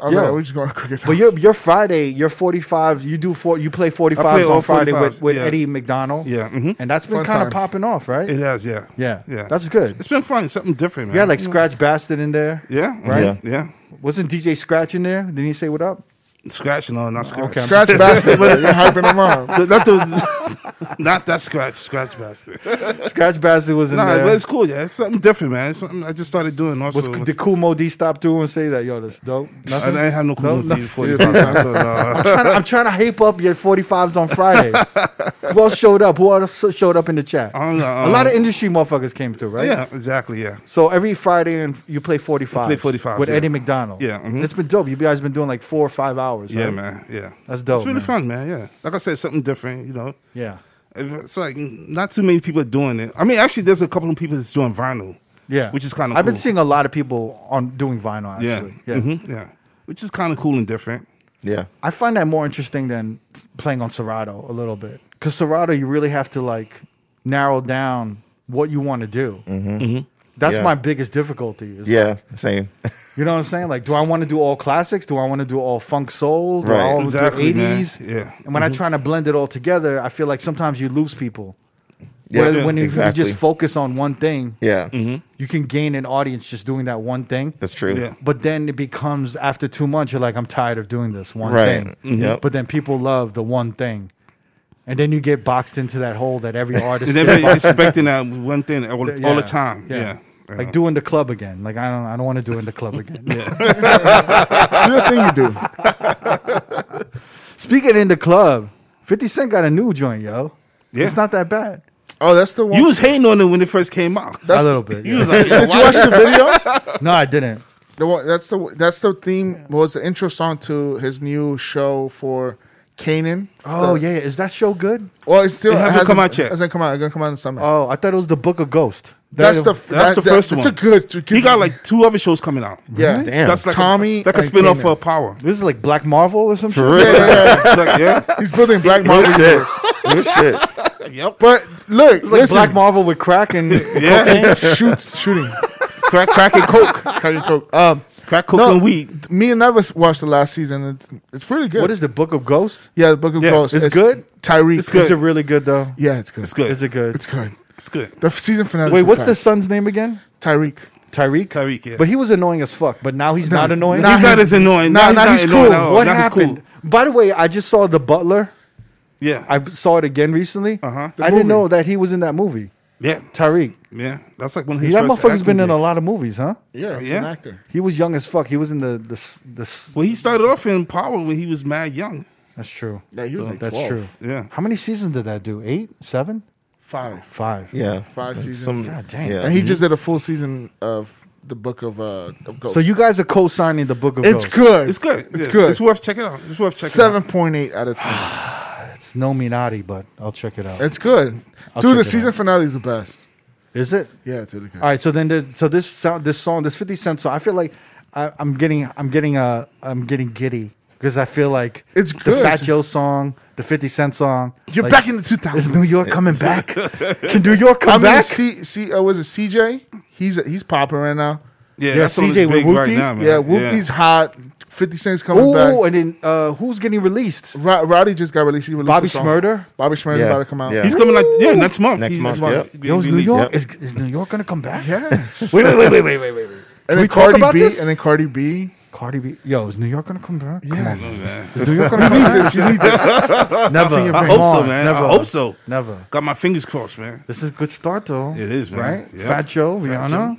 I was
Yo.
like, we're just going to cricket.
But your your Friday, your 45, you do four, you play 45s
all
on Friday with,
45s,
with
yeah.
Eddie McDonald.
Yeah, mhm.
and that's been
Fun
kind of
times.
popping off, right?
it has. Yeah,
yeah,
yeah.
that's good.
It's been fun. Something different, man.
You had like Scratch Bastard in there.
yeah,
right?
yeah.
Wasn't DJ Scratch in there? Didn't he say what up?
Scratching on, not scratching.
Okay.
Scratch bastard. You're hyping them up.
Not the Not that scratch, scratch bastard.
Scratch Bastard was in
nah,
there.
but it's cool. Yeah, it's something different, man. It's something I just started doing. Also,
was did Cool Mo D stop through and say that yo, that's dope?
I, I
Nothing.
didn't have no cool
No, no.
no, before the podcast, so, uh,
I'm, trying to, I'm trying to hype up your 45s on Friday. Who else showed up? Who else showed up in the chat?
I don't know,
a lot of
um,
industry motherfuckers came through, right?
Yeah, exactly. Yeah,
So every Friday and you play 45.
We play 45s,
with
yeah.
Eddie McDonald.
Yeah, mhm.
it's been dope. You guys been doing like four or five hours.
yeah,
right?
man. Yeah,
That's dope,
It's really
man.
fun, man. Yeah, like I said, something different. You know,
Yeah,
it's like not too many people are doing it. I mean, actually, there's a couple of people that's doing vinyl.
yeah.
Which is kinda
I've been
cool.
seeing a lot of people on doing vinyl. Actually,
Yeah,
yeah.
hmm yeah. Which is kind of cool and different.
Yeah.
I find that more interesting than playing on Serato a little bit because Serato you really have to like narrow down what you want to do.
Mm-hmm.
That's
Mm-hmm. Yeah.
my biggest difficulty. Is
Yeah. Same.
You know what I'm saying? Like, do I want to do all classics? Do I want to do all funk soul? Do I
Right.
want to
Exactly,
do
man.
80s?
Yeah.
And when I try to blend it all together, I feel like sometimes you lose people.
Yeah,
Where-
yeah,
when you-
exactly.
you just focus on one thing,
Yeah.
you can gain an audience just doing that one thing.
That's true.
Yeah.
But then it becomes after two months, you're like, I'm tired of doing this one
Right.
thing.
Mhm. Yep.
But then people love the one thing. And then you get boxed into that hole that every artist
And everybody expecting that one thing all, the- all the
Yeah.
time. Yeah.
Like doing the club again. Like I don't I don't want to do in the club again.
Do the thing you do.
Speaking in the club, 50 Cent got a new joint, yo.
Yeah.
It's not that bad.
Oh, that's the one.
You was hating on it when it first came out.
a little bit.
You
yeah.
was like, yo,
Did you watch the video?
no, I didn't.
The one, that's the that's the theme. Well, it's the intro song to his new show for Kanan.
Oh,
The-
yeah. Is that show good?
Well, it's still
It haven't
hasn't-
come out yet.
Hasn't come out. It's gonna come out in the summer.
Oh, I thought it was the Book of Ghost.
that's
That-
the
that's the first
it's
one.
a good. good
he got like two other shows coming out.
yeah.
Damn.
That's like
Tommy
a, like a
and
spin off
Kanan.
for Power.
This is like Black Marvel or something. For
Yeah, yeah,
It's like, yeah,
yeah. He's building Black
Good
Marvel.
shit. Good shit.
But look,
Like
listen,
Black Marvel with crack and
yeah.
shoots shooting.
crack, crack and coke,
Crack and coke. Um,
crack, coke
No.
and weed.
me and Nevis watched the last season. It's, it's pretty good.
what is the Book of Ghost?
Yeah, the Book of
Yeah,
Ghosts.
it's good?
Tyreek.
It's good.
Is it really good though?
Yeah, it's good.
It's good.
Is it good?
It's good.
It's good.
The f- season finale.
Wait, what's the son's name again?
Tyreek?
Tyreek.
Tyreek, yeah.
But he was annoying as fuck. But now he's not annoying.
he's not as annoying.
Nah,
Now
nah,
he's
he's
not
cool.
annoying at all.
what
Now he's
happened?
cool.
By the way, I just saw the Butler.
Yeah,
I saw it again recently.
Uh-huh.
I didn't know that he was in that movie.
yeah,
Tyreek.
yeah. That's like one of his.
That
first
motherfucker's been
acting
in a
gigs.
lot of movies, huh?
Yeah, he's
Yeah.
an actor.
He was young as fuck. He was in the the s- the. s-
Well, he started off in Power when he was mad young.
That's true.
Yeah, he was like
That's
12.
true.
Yeah.
How many seasons did that do? Eight, seven,
Five.
five.
Yeah.
Five seasons.
God damn.
Yeah.
And he just did a full season of the Book of uh of Ghosts.
So you guys are co-signing the Book of
it's
Ghosts.
good.
It's good.
It's
Yeah.
good.
It's worth checking out. It's worth checking out.
Seven point eight out of
Ah.
ten.
It's no Minati, but I'll check it out.
it's good,
I'll
dude.
check
The
it out.
season
Uh,
finale is the best.
Is it?
Yeah, it's really good.
All right. So then, the, so this sound, this song, this Fifty Cent song, I feel like I, I'm getting, I'm getting, uh, I'm getting giddy because I feel like
It's
the
good.
Fat Joe song, the Fifty Cent song.
You're
like,
back in the
Is
2000s.
New York coming back? Can New York
I
come
mean,
back?
C, C, uh, was it CJ? He's he's popping right now.
Yeah,
Yeah,
that's what
CJ
is big
with
right
Whoopi.
now, man.
Yeah, Whoopi's hot. Fifty Cent's coming back.
Ooh, and then uh, who's getting released?
Ro- Rowdy just got released. He released
Bobby
a song.
Schmurder?
Bobby Schmurder's
Yeah.
about to come out.
Yeah.
He's coming like yeah next month.
Next
He's-
month,
he's-
yeah.
he's
Yo, is New
released.
York
Yep.
is, is New York gonna come back?
Yes.
Wait, wait, wait, wait, wait, wait, wait, wait.
and
we
then
talk
Cardi
about
B.
this?
And then Cardi B.
Cardi B. Yo, is New York gonna come back? Come
Yes.
on,
Yeah. Man.
is New York gonna come back?
You need that.
Never.
seen your
I
Come
hope
on,
so, man.
Never.
I hope so.
Never.
Got my fingers crossed, man.
This is a good start though.
It is, man.
Right?
Yeah.
Fat Joe, Rihanna,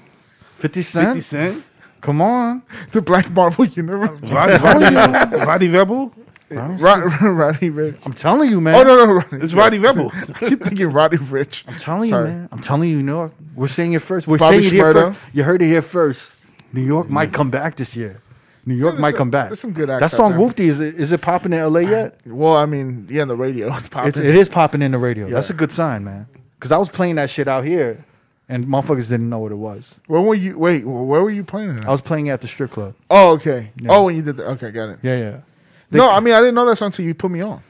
Fifty Cent.
Fifty Cent,
Come on.
the Black Marvel universe.
Roddy, Roddy, Roddy Rebel.
Ro- Ro- Roddy Rich.
I'm telling you, man.
Oh no, no, Roddy.
It's Roddy Rebel.
I keep thinking Roddy Rich. I'm
telling you, man. I'm telling you, New York. We're saying it first. We're Mm-hmm.
Bobby
saying it here
Shmurda.
first. You heard it here first. New York might come back this year. New York
there's
might
some-
come back.
there's some good
That
acts out
song
there.
Whoopty is it, is it popping in LA yet?
Well, I mean, yeah, on the radio, it's popping.
It's, it is popping in the radio. That's a
Yeah.
good sign, man. Because I was playing that shit out here, and motherfuckers didn't know what it was.
Where were you? Wait, where were you playing? It
I
at?
was playing it at the strip club.
Oh, okay. Oh, when you did that. Okay, got it.
Yeah, yeah. They-
No, I mean, I didn't know that song until you put me on.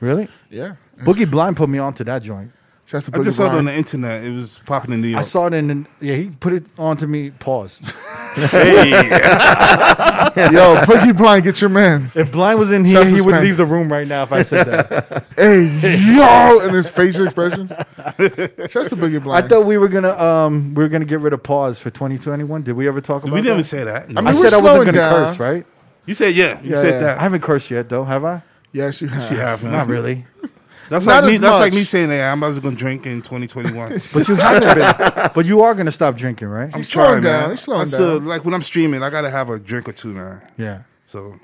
Really?
Yeah.
Boogie Blind put me onto that joint.
Shouts to
I
Boogie
just saw it on
Blind.
the internet. It was popping in New
I
York.
saw it in, in yeah. He put it onto me. Pause.
Yo, Boogie Blind, get your mans.
If Blind was in here,
Shots
he
was
would
spanked.
leave the room right now if I said that.
Hey, yo, and his facial expressions. Shouts to Boogie
I
Blind.
thought we were gonna um we were gonna get rid of pause for 2021. Did we ever talk about?
we didn't
that?
even say that.
I
I
mean, we're
said I wasn't
slowing
gonna
down.
curse, right?
you said yeah. You
Yeah,
said
yeah.
I
that.
haven't cursed yet, though, have I?
yes, you have.
You have, man.
Not really.
That's
Not
like me.
as
That's like
much.
me saying, "Hey, I'm about to go drink in 2021."
But you haven't been. But you are gonna stop drinking, right?
I'm
He's slowing
trying,
down,
man.
he's slowing
That's,
down.
uh, like when I'm streaming, I gotta have a drink or two, man.
Yeah.
So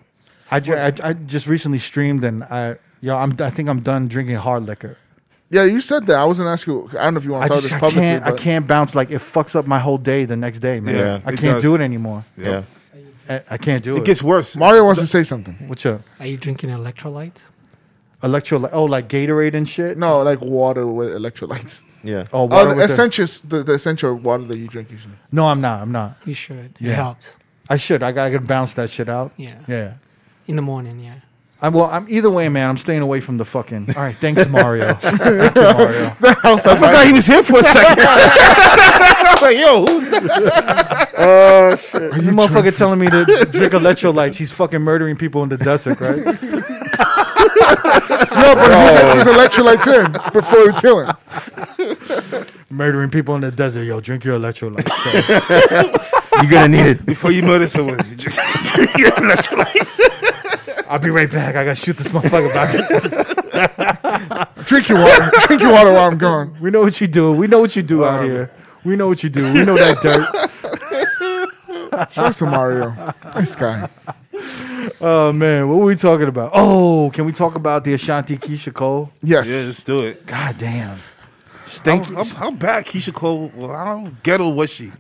I, ju- I, I just recently streamed and I yo I'm I think I'm done drinking hard liquor.
Yeah, you said that. I wasn't asking. I don't know if you want
I
to talk
just
this
I
publicly.
can't I
but-
can't bounce like it fucks up my whole day the next day, man.
Yeah,
I
it
can't
does.
do it anymore.
yeah,
Yeah.
I, I can't do it.
it gets worse.
Mario wants to say something.
What's up?
Are you drinking electrolytes?
Electro oh like Gatorade and shit.
No, like water with electrolytes.
Yeah.
Oh, water
Oh, the
with the-
essential, the, the essential water that you drink usually.
no, I'm not. I'm not.
You should.
Yeah.
It helps.
I should. I gotta bounce that shit out.
Yeah.
Yeah.
In the morning, yeah.
I'm, well, I'm either way, man. I'm staying away from the fucking. All right, thanks, Mario. Thank you, Mario.
I forgot he was here for a second.
like, yo, who's that?
You motherfucker telling me to drink electrolytes. He's fucking murdering people in the desert, right?
No, but he gets his electrolytes in before we kill him.
murdering people in the desert. Yo, drink your electrolytes. though.
You're gonna need it.
Before you murder someone, you just
I'll be right back. I gotta shoot this motherfucker back.
Drink your water. Drink your water while I'm gone. Oh,
we know what you do. We know what you do out here. We know what you do. We know that dirt.
Shouts to Mario. Nice guy.
Oh man, what were we talking about? Oh, can we talk about the Ashanti Keisha Cole?
Yes.
yeah, just do it.
God damn. Stank.
I'm, I'm, how bad Keisha Cole? Well, I don't ghetto was she?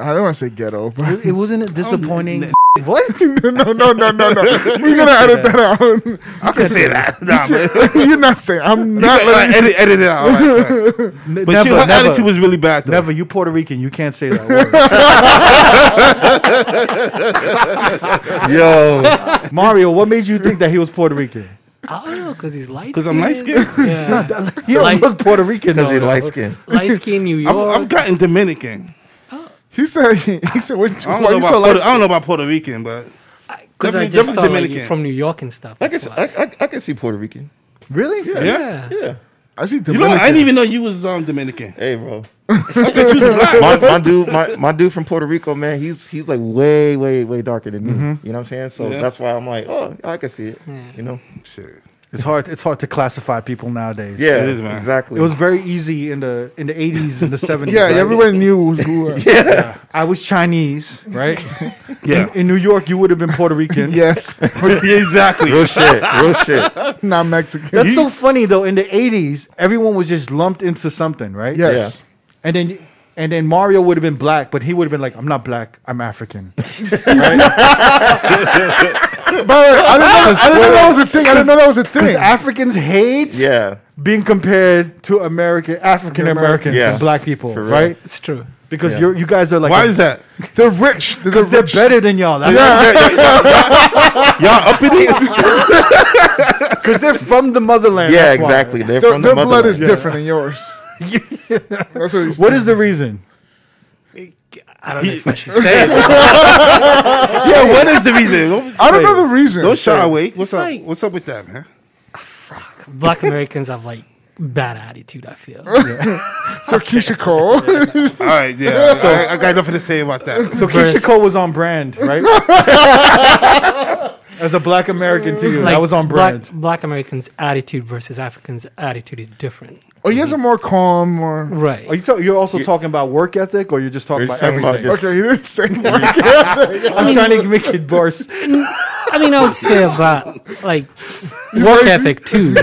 I don't want to say ghetto, but
it wasn't it disappointing.
n-
what?
no, no, no, no, no. We're gonna edit that out.
I can say that. Nah, man.
You're not saying. I'm not
Not
letting.
like, edit, edit it out. all right, all right.
N-
But she, her attitude was really bad. Though.
Never, you Puerto Rican, you can't say that word.
Yo,
Mario, what made you think that he was Puerter Rican?
I don't know, because Oh, he's light.
because I'm light skinned.
Yeah.
He don't
Like-
look Puerto Rican
because
though.
he light skin.
light skin New
I've,
York.
I've gotten Dominican.
He said. He said. What,
I don't,
why
know
you
about
so
Puerto,
like?
I don't know about Puerto Rican, but
Because I
Definitely-
just
definitely
thought like,
Dominican.
you're from New York and stuff.
I can,
that's
see,
why.
I, I, I can see Puerto Rican.
Really?
yeah.
yeah.
Yeah.
I see
You know,
Dominican.
I didn't even know you was um, Dominican.
Hey, bro.
I thought you was black.
my, my dude, my, my dude from Puerto Rico, man, he's he's like way, way, way darker than me. You know what I'm saying? So
Mm-hmm. Yeah.
that's why I'm like, oh, I can see it. You know?
Shit.
It's hard. It's hard to classify people nowadays.
Yeah,
is, man.
exactly.
It was very easy in the in the eighties and the seventies.
Yeah,
right?
everyone knew who. uh, who
I was Chinese, right?
Yeah.
In, in New York, you would have been Puerto Rican.
yes,
exactly.
real shit. Real shit.
not Mexican.
That's so funny though. In the eighties, everyone was just lumped into something, right?
yes.
And then and then Mario would have been black, but he would have been like, "I'm not black. I'm African."
But I didn't, know, I didn't know that was a thing. I didn't know that was a
Because
thing.
Africans hate
Yeah.
being compared to American African Americans
Yeah.
and black people,
For real.
right?
It's true.
Because you're, you guys are like
Why
a-
is that?
They're rich. They're, the
'cause they're
rich.
better than y'all. That's
Y'all up in it?
Because they're from the motherland.
Yeah,
that's why.
exactly. They're
Their,
from
their
the
blood
motherland.
is different than yours. That's what he's
What is the reason?
I don't know if I should
Say it. yeah, what is the reason? Don't-
I don't know the reason.
Don't shy away. What's up?
Right.
What's up with that, man?
Black Americans have like bad attitude, I feel.
So Keisha Cole.
All right, yeah. I, I got nothing to say about that.
So Keisha Cole was on brand, right? As a black American to you, that was on brand.
Black, black Americans' attitude versus Africans' attitude is different.
oh, he has a more calm, more.
Right.
Mm. Are you ta- you're also talking about work ethic, or you're just talking
We're
about
just talking
everything?
about just-
Okay, he didn't say more.
I'm trying to make it worse.
I mean, I would say about like work ethic too.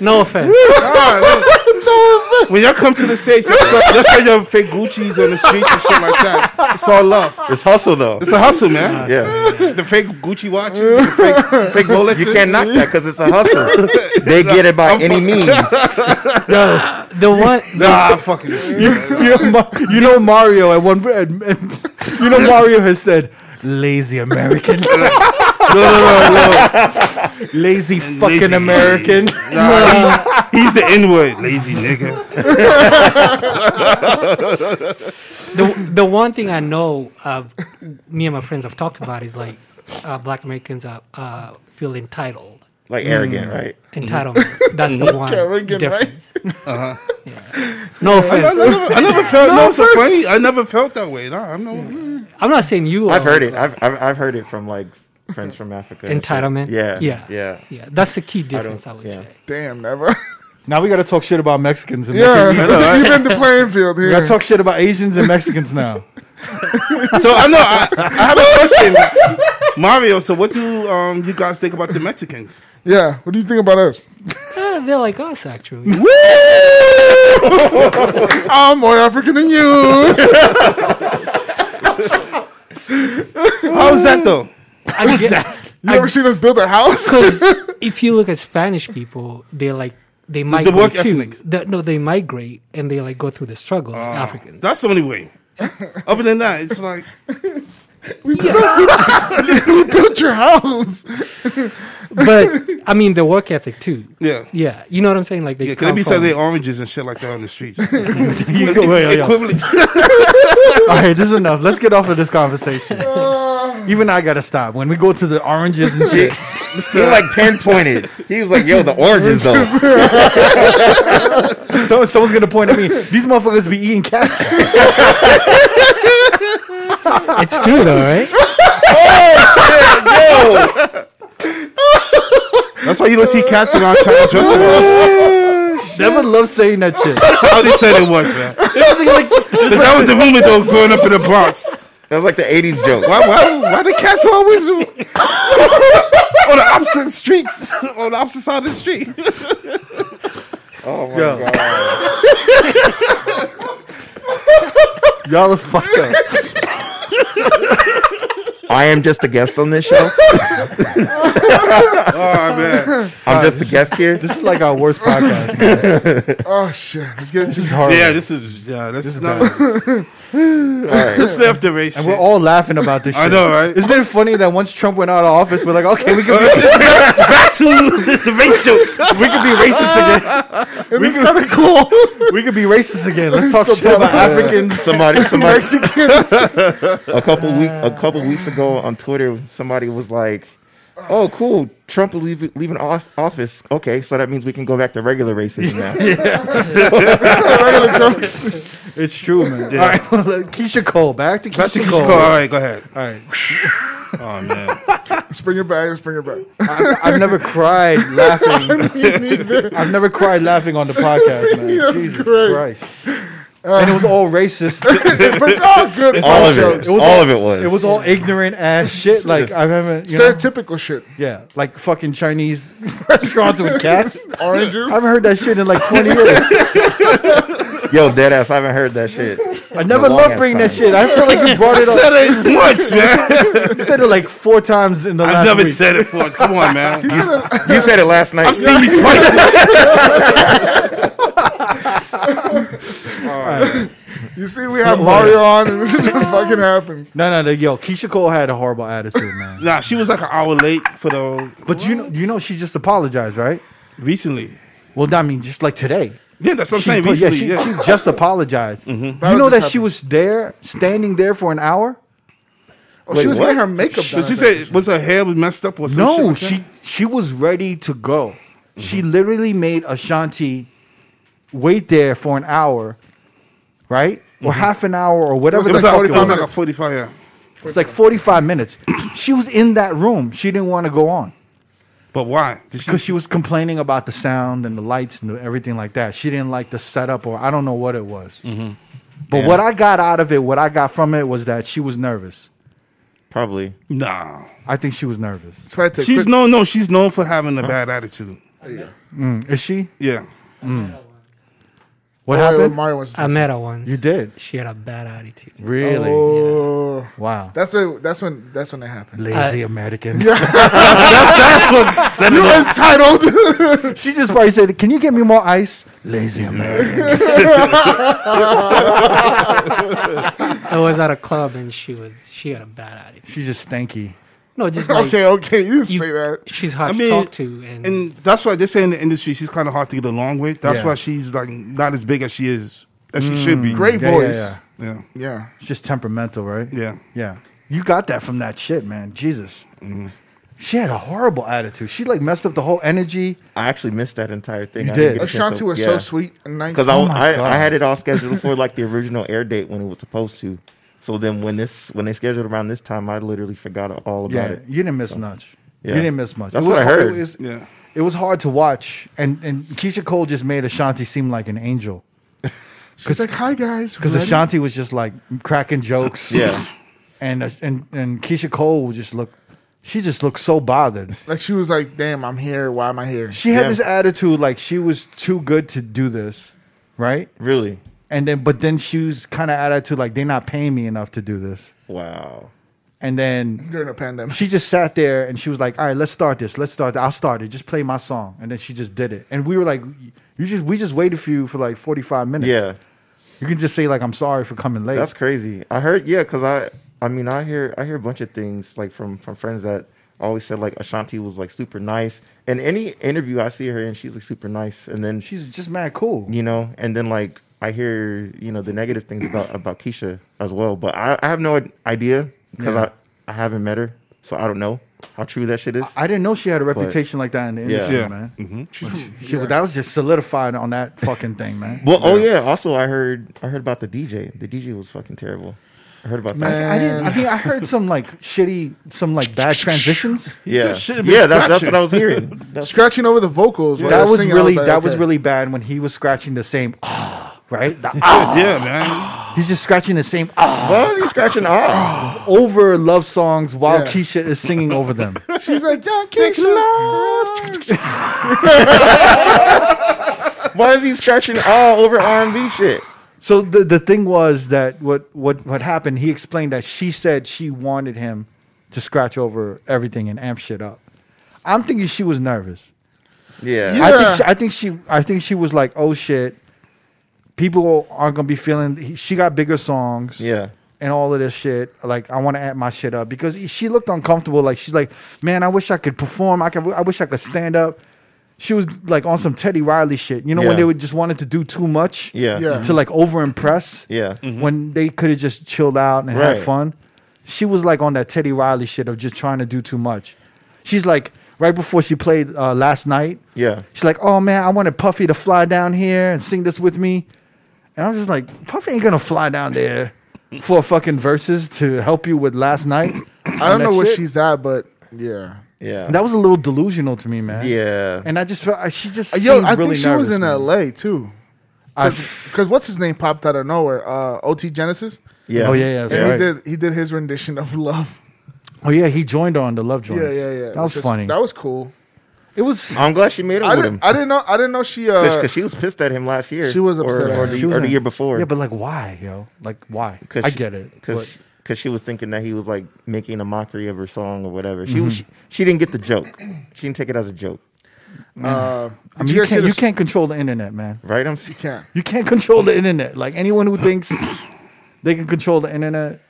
no offense.
When y'all come to the States, y'all sell, y'all sell your fake Gucci's on the streets and shit like that. It's all love.
It's hustle though.
It's a hustle, man.
yeah.
The fake Gucci watches, the fake, fake Rolexes.
You can't knock that because it's a hustle. they get it by
I'm
any
fuck-
means.
No, the one
Nah, I'm fucking it.
you, you, know, you know Mario at one. At, at, you know Mario has said, "Lazy American,
No, no, no, no.
lazy fucking
Lazy.
American."
Nah, he- he's the N word, lazy nigga.
the, the one thing I know uh, me and my friends have talked about is like uh, black Americans are, uh, feel entitled.
Like
Mm.
arrogant, right?
Mm-hmm.
Entitlement. That's the one
Kerrigan, right?
difference. Yeah. No offense.
I never felt no, so funny. I never felt that way. Nah, I'm no.
I'm not saying you.
I've
are
heard
like
it. I've, I've I've heard it from like Friends from Africa. and shit.
entitlement.
Yeah.
yeah,
Yeah.
yeah. That's the key difference, I, would
yeah.
say.
Damn, never.
Now we got to talk shit about Mexicans. And
yeah,
Mexicans.
you even the playing field
we
here.
got to talk shit about Asians and Mexicans now.
So I know I, I have a question, Mario. So what do um, you guys think about the Mexicans?
yeah, what do you think about us?
Ah, they're like us, actually.
I'm more African than you.
How is that though?
I get,
You ever seen us build a house?
because if you look at Spanish people, they're like they migrate
work
too.
ethics.
The- no, they migrate and they like go through the struggle. like Africans.
That's the only way. Other than that, it's like
we built your house.
but I mean the work ethic too.
yeah.
Yeah, you know what I'm saying? Like they
Yeah, could
come
they be
from,
selling their oranges and shit like that on the streets?
You go- wait, wait, wait.
Equivalent.
All right, this is enough. Let's get off of this conversation.
Uh.
Even I got to stop. When we go to the oranges and shit,
He like pinpointed. He was like, "Yo, the oranges though."
someone, someone's going to point at me. These motherfuckers be eating cats.
It's true though, right?
That's why you don't see cats around Chinese restaurants.
Never love saying that shit.
How they said it was, man. But that was the rumor though, growing up in the Bronx.
That was like the '80s joke.
Why, why, why the cats always on the opposite streets, on the opposite side of the street?
Oh my
Yo.
god!
Y'all are fucked up.
I am just a guest on this show.
Oh man,
I'm just a guest here.
This is like our worst podcast. man.
Oh shit, let's get
This is
into
horrible.
yeah, this is yeah, this, is not.
All right.
This left the race.
and
shit.
we're all laughing about this shit.
I know, right?
Isn't it funny that once Trump went out of office, we're like, okay, we could
Well,
be,
it's- it's back, back to the race jokes.
we could be racist again. We could, cool. we could be racist again. Let's talk shit about Africans.
Somebody, somebody,
Mexicans.
a couple week, a couple weeks ago on Twitter, somebody was like, "Oh, cool, Trump is leave, leaving off office. Okay, so that means we can go back to regular racism now."
Regular jokes.
It's true, man. All right, well, let- Keisha Cole. Back to Keisha,
Back to
Cole.
Cole. All right, go ahead.
All right.
Oh man,
Let's bring it back. Let's bring it back.
I, I've never cried laughing. I've never cried laughing on the podcast, man.
That's
Jesus
great.
Christ. and it was all racist.
but it's all good.
all of
jokes.
it,
It was
all
all-
of it was.
It was all ignorant ass shit. Like I haven't, you know,
Stereotypical shit.
yeah, like fucking Chinese restaurants with cats.
Oranges.
I haven't heard that shit in like 20 years.
Yo, dead ass. I haven't heard that shit.
I never
long
loved
ass
bringing that
time.
shit. I feel like you brought it up.
said it once, man.
You said it like four times in the
I've
last
never
week.
said it once. Come on, man. You
You said it last night.
see me twice.
You see, we have Mario on, and this is what fucking happens.
no, no, no. Yo, Keisha Cole had a horrible attitude, man.
Nah, she was like an hour late for the
But you know, you know, she just apologized, right?
recently.
Well, I mean, just like today.
Yeah, that's what I'm
She,
saying.
apo- yeah,
Recently,
she,
yeah. Mm-hmm.
she just apologized.
That
You know
just
that she
happened.
was there, standing there for an hour.
Oh,
Wait,
she was
what?
getting her makeup done.
But she
I think.
said, was her hair messed up or something?
No, she she was ready to go.
Mm-hmm.
She literally made Ashanti wait there for an hour, right? Or half an hour or whatever.
Mm-hmm.
the
It was,
fuck
like,
It
it was like a
was.
45, yeah.
It's like 45 minutes. She was in that room. She didn't want to go on
But why? Did she,
because she was complaining about the sound and the lights and everything like that. She didn't like the setup or I don't know what it was. But what I got out of it, what I got from it was that she was nervous.
Probably.
nah.
I think she was nervous.
That's why I take
She's
quick-
known, no, she's known for having a bad attitude.
Is she?
Yeah.
What
Mario-
happened?
Mario wants to
I
say
met her once.
You did.
She had a bad attitude.
Really?
Oh,
Wow.
that's when. That's when. That's when it happened.
Lazy American.
That's, that's what.
You're entitled.
She just probably said, "Can you get me more ice?" Lazy American.
I was at a club and she was she had a bad attitude.
She's just stanky.
No, just like
okay, okay. You didn't
you-
say that.
she's hard
I
to
mean,
talk to, and,
and that's why they say in the industry she's kind of hard to get along with. That's
Yeah.
why she's like not as big as she is as she should be.
Great
Yeah, yeah,
voice.
yeah.
Yeah,
Yeah.
It's just temperamental, right?
yeah.
Yeah. You got that from that shit, man. Jesus. She had a horrible attitude. She like messed up the whole energy.
I actually missed that entire thing.
You
I didn't
did.
get a chance
Ashanti
to-
was
yeah.
so sweet and nice.
Because
Oh my
I,
God.
I, I had it all scheduled for like the original air date when it was supposed to. So then when this when they scheduled around this time, I literally forgot all about
yeah,
it.
you didn't miss much.
yeah.
You didn't miss much.
That's
It was
what I
hard-
heard.
It was,
Yeah.
it was hard to watch, and and Keisha Cole just made Ashanti seem like an angel
She's like, hi guys.
because
ready?"
Ashanti was just like cracking jokes.
Yeah.
and uh, and and Keisha Cole just looked. She just looked so bothered.
like she was like, damn, I'm here. Why am I here?
She had
Yeah.
this attitude like she was too good to do this, right?
Really?
And then, but then she was kind of attitude like they're not paying me enough to do this.
Wow.
And then
During the pandemic,
she just sat there and she was like, "All right, let's start this. Let's start. This. I'll start it. Just play my song." And then she just did it. And we were like, "You just we just waited for you for like forty five minutes.
Yeah.
you can just say like I'm sorry for coming late.
That's crazy. I heard yeah, because I I mean I hear I hear a bunch of things like from from friends that always said like Ashanti was like super nice. And any interview I see her in, she's like super nice. And then
She's just mad cool.
you know, and then like I hear you know the negative things about about Keisha as well. But I, I have no idea because
Yeah.
I I haven't met her, so I don't know how true that shit is.
I didn't know she had a reputation like that in the industry,
Yeah. Mm-hmm.
man.
she's,
She, That was just solidified on that fucking thing, man.
well, oh yeah. Also, I heard I heard about the DJ. The DJ was fucking terrible. I heard about that.
I didn't. I mean, I heard some like shitty, some like bad transitions.
Yeah,
Just shit,
yeah.
bitch,
That's, that's
gotcha.
what I was hearing. That's,
scratching over the vocals. while I
that was
singing. I
really
like,
that was
okay.
really bad when he was scratching the same ah, right? The ah.
yeah, man.
He's just scratching the same ah
why was he scratching off?
over love songs while
Yeah.
Keisha is singing over them.
She's like, yeah, Keisha.
Why is he scratching all over R and B shit?
So the the thing was that what what what happened? He explained that she said she wanted him to scratch over everything and amp shit up. I'm thinking she was nervous.
Yeah,
You-
I
I-
think
Yeah.
she, I think she I think she was like, oh shit, people aren't gonna be feeling. he- She got bigger songs,
yeah.
and all of this shit. Like I want to add my shit up because she looked uncomfortable. Like she's like, man, I wish I could perform. I could. I wish I could stand up. She was like on some Teddy Riley shit. You know
Yeah.
when they would just wanted to do too much,
Yeah.
Yeah.
to like over impress,
Yeah.
when they could have just chilled out and
Right.
had fun. She was like on that Teddy Riley shit of just trying to do too much. She's like right before she played uh, last night.
Yeah.
She's like, oh man, I wanted Puffy to fly down here and sing this with me. And I'm just like, Puffy ain't gonna fly down there for fucking verses to help you with last night.
I don't know where she's at, but yeah.
Yeah.
That was a little delusional to me, man.
yeah.
And I just felt I- she just
Yo,
seemed
I
really
think she
nervous,
was in
man.
L.A. too. Because what's his name popped out of nowhere? Uh, O.T. Genesis.
yeah.
Oh, yeah, yeah, that's
And
right.
he did he did his rendition of Love.
Oh yeah, he joined her on the love joint.
Yeah, yeah, yeah. It
That was
just-
funny.
That was cool.
it was
I'm glad she made it
I
with
didn't,
him
I didn't know. I didn't know she. Uh,
because she was pissed at him last year.
she was
or-
upset at
or,
him.
the,
She was
or the
in-
year before.
Yeah, but like why, yo? Like why?
'Cause
I
she-
get it.
because
but-
she was thinking that he was like making a mockery of her song or whatever. She was she,
Mm-hmm.
she didn't get the joke. She didn't take it as a joke,
uh,
I mean, you, can't, you can't control the internet, man.
right? I'm saying.
can't.
You can't control the internet. Like anyone who thinks they can control the internet,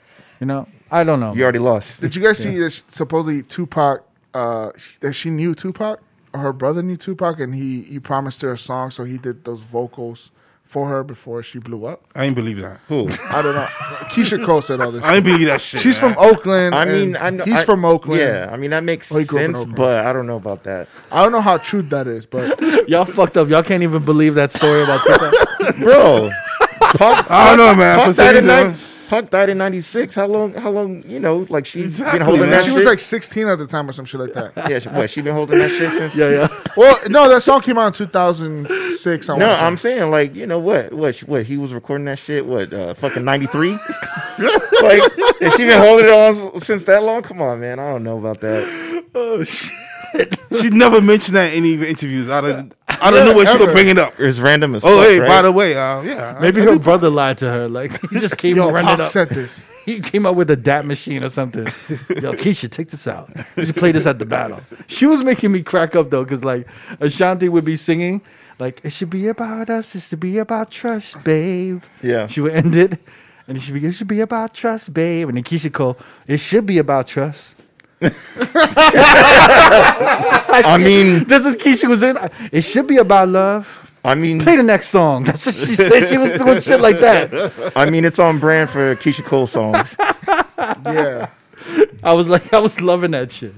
you know, I don't know.
You already lost.
Did you guys see this? Supposedly Tupac. Uh, sh- that she knew Tupac, or her brother knew Tupac, and he he promised her a song, so he did those vocals for her before she blew up.
I ain't believe that.
Who?
I don't know. Keisha Cole said all this.
I ain't believe that shit.
She's
man.
from Oakland.
I
and
mean, I know
he's
I-
from Oakland.
Yeah, I mean that makes
Oh, he grew up in
sense,
Oakland.
but I don't know about that.
I don't know how true that is, but
Y'all fucked up. Y'all can't even believe that story about Tupac.
Bro, Punk,
I don't know, man. For
Punk, died
some
in
reason,
nine, Punk died in '96. How long? How long? You know, like she's
Exactly,
been holding
man.
that.
she
shit.
was like 16 at the time or some shit like that.
yeah, she, what? She been holding that shit since.
yeah, yeah.
Well, no, that song came out in 2006. I
No,
wanna say.
I'm saying like you know what what she- what he was recording that shit what uh, fucking '93. like if she been holding it on s- since that long, come on, man. I don't know about that.
she never mentioned that in any of the interviews. I don't, I don't know where she
ever.
would bring it up.
It's random as
Oh,
fuck.
hey,
right?
by the way, uh, yeah.
Maybe her brother lied to her. Like he just came
Yo,
running
Pac
up.
said this.
He came up with a DAT machine or something. Yo, Keisha, take this out. You should play this at the battle. She was making me crack up though, because like Ashanti would be singing, like, it should be about us, it should be about trust, babe.
Yeah.
She would end it. And it should be it should be about trust, babe. And then Keisha Cole, it should be about trust.
I mean,
This was Keisha was in. It should be about love.
I mean,
Play the next song. That's what she said. She was doing shit like that.
I mean, it's on brand for Keisha Cole songs.
Yeah.
I was like, I was loving that shit.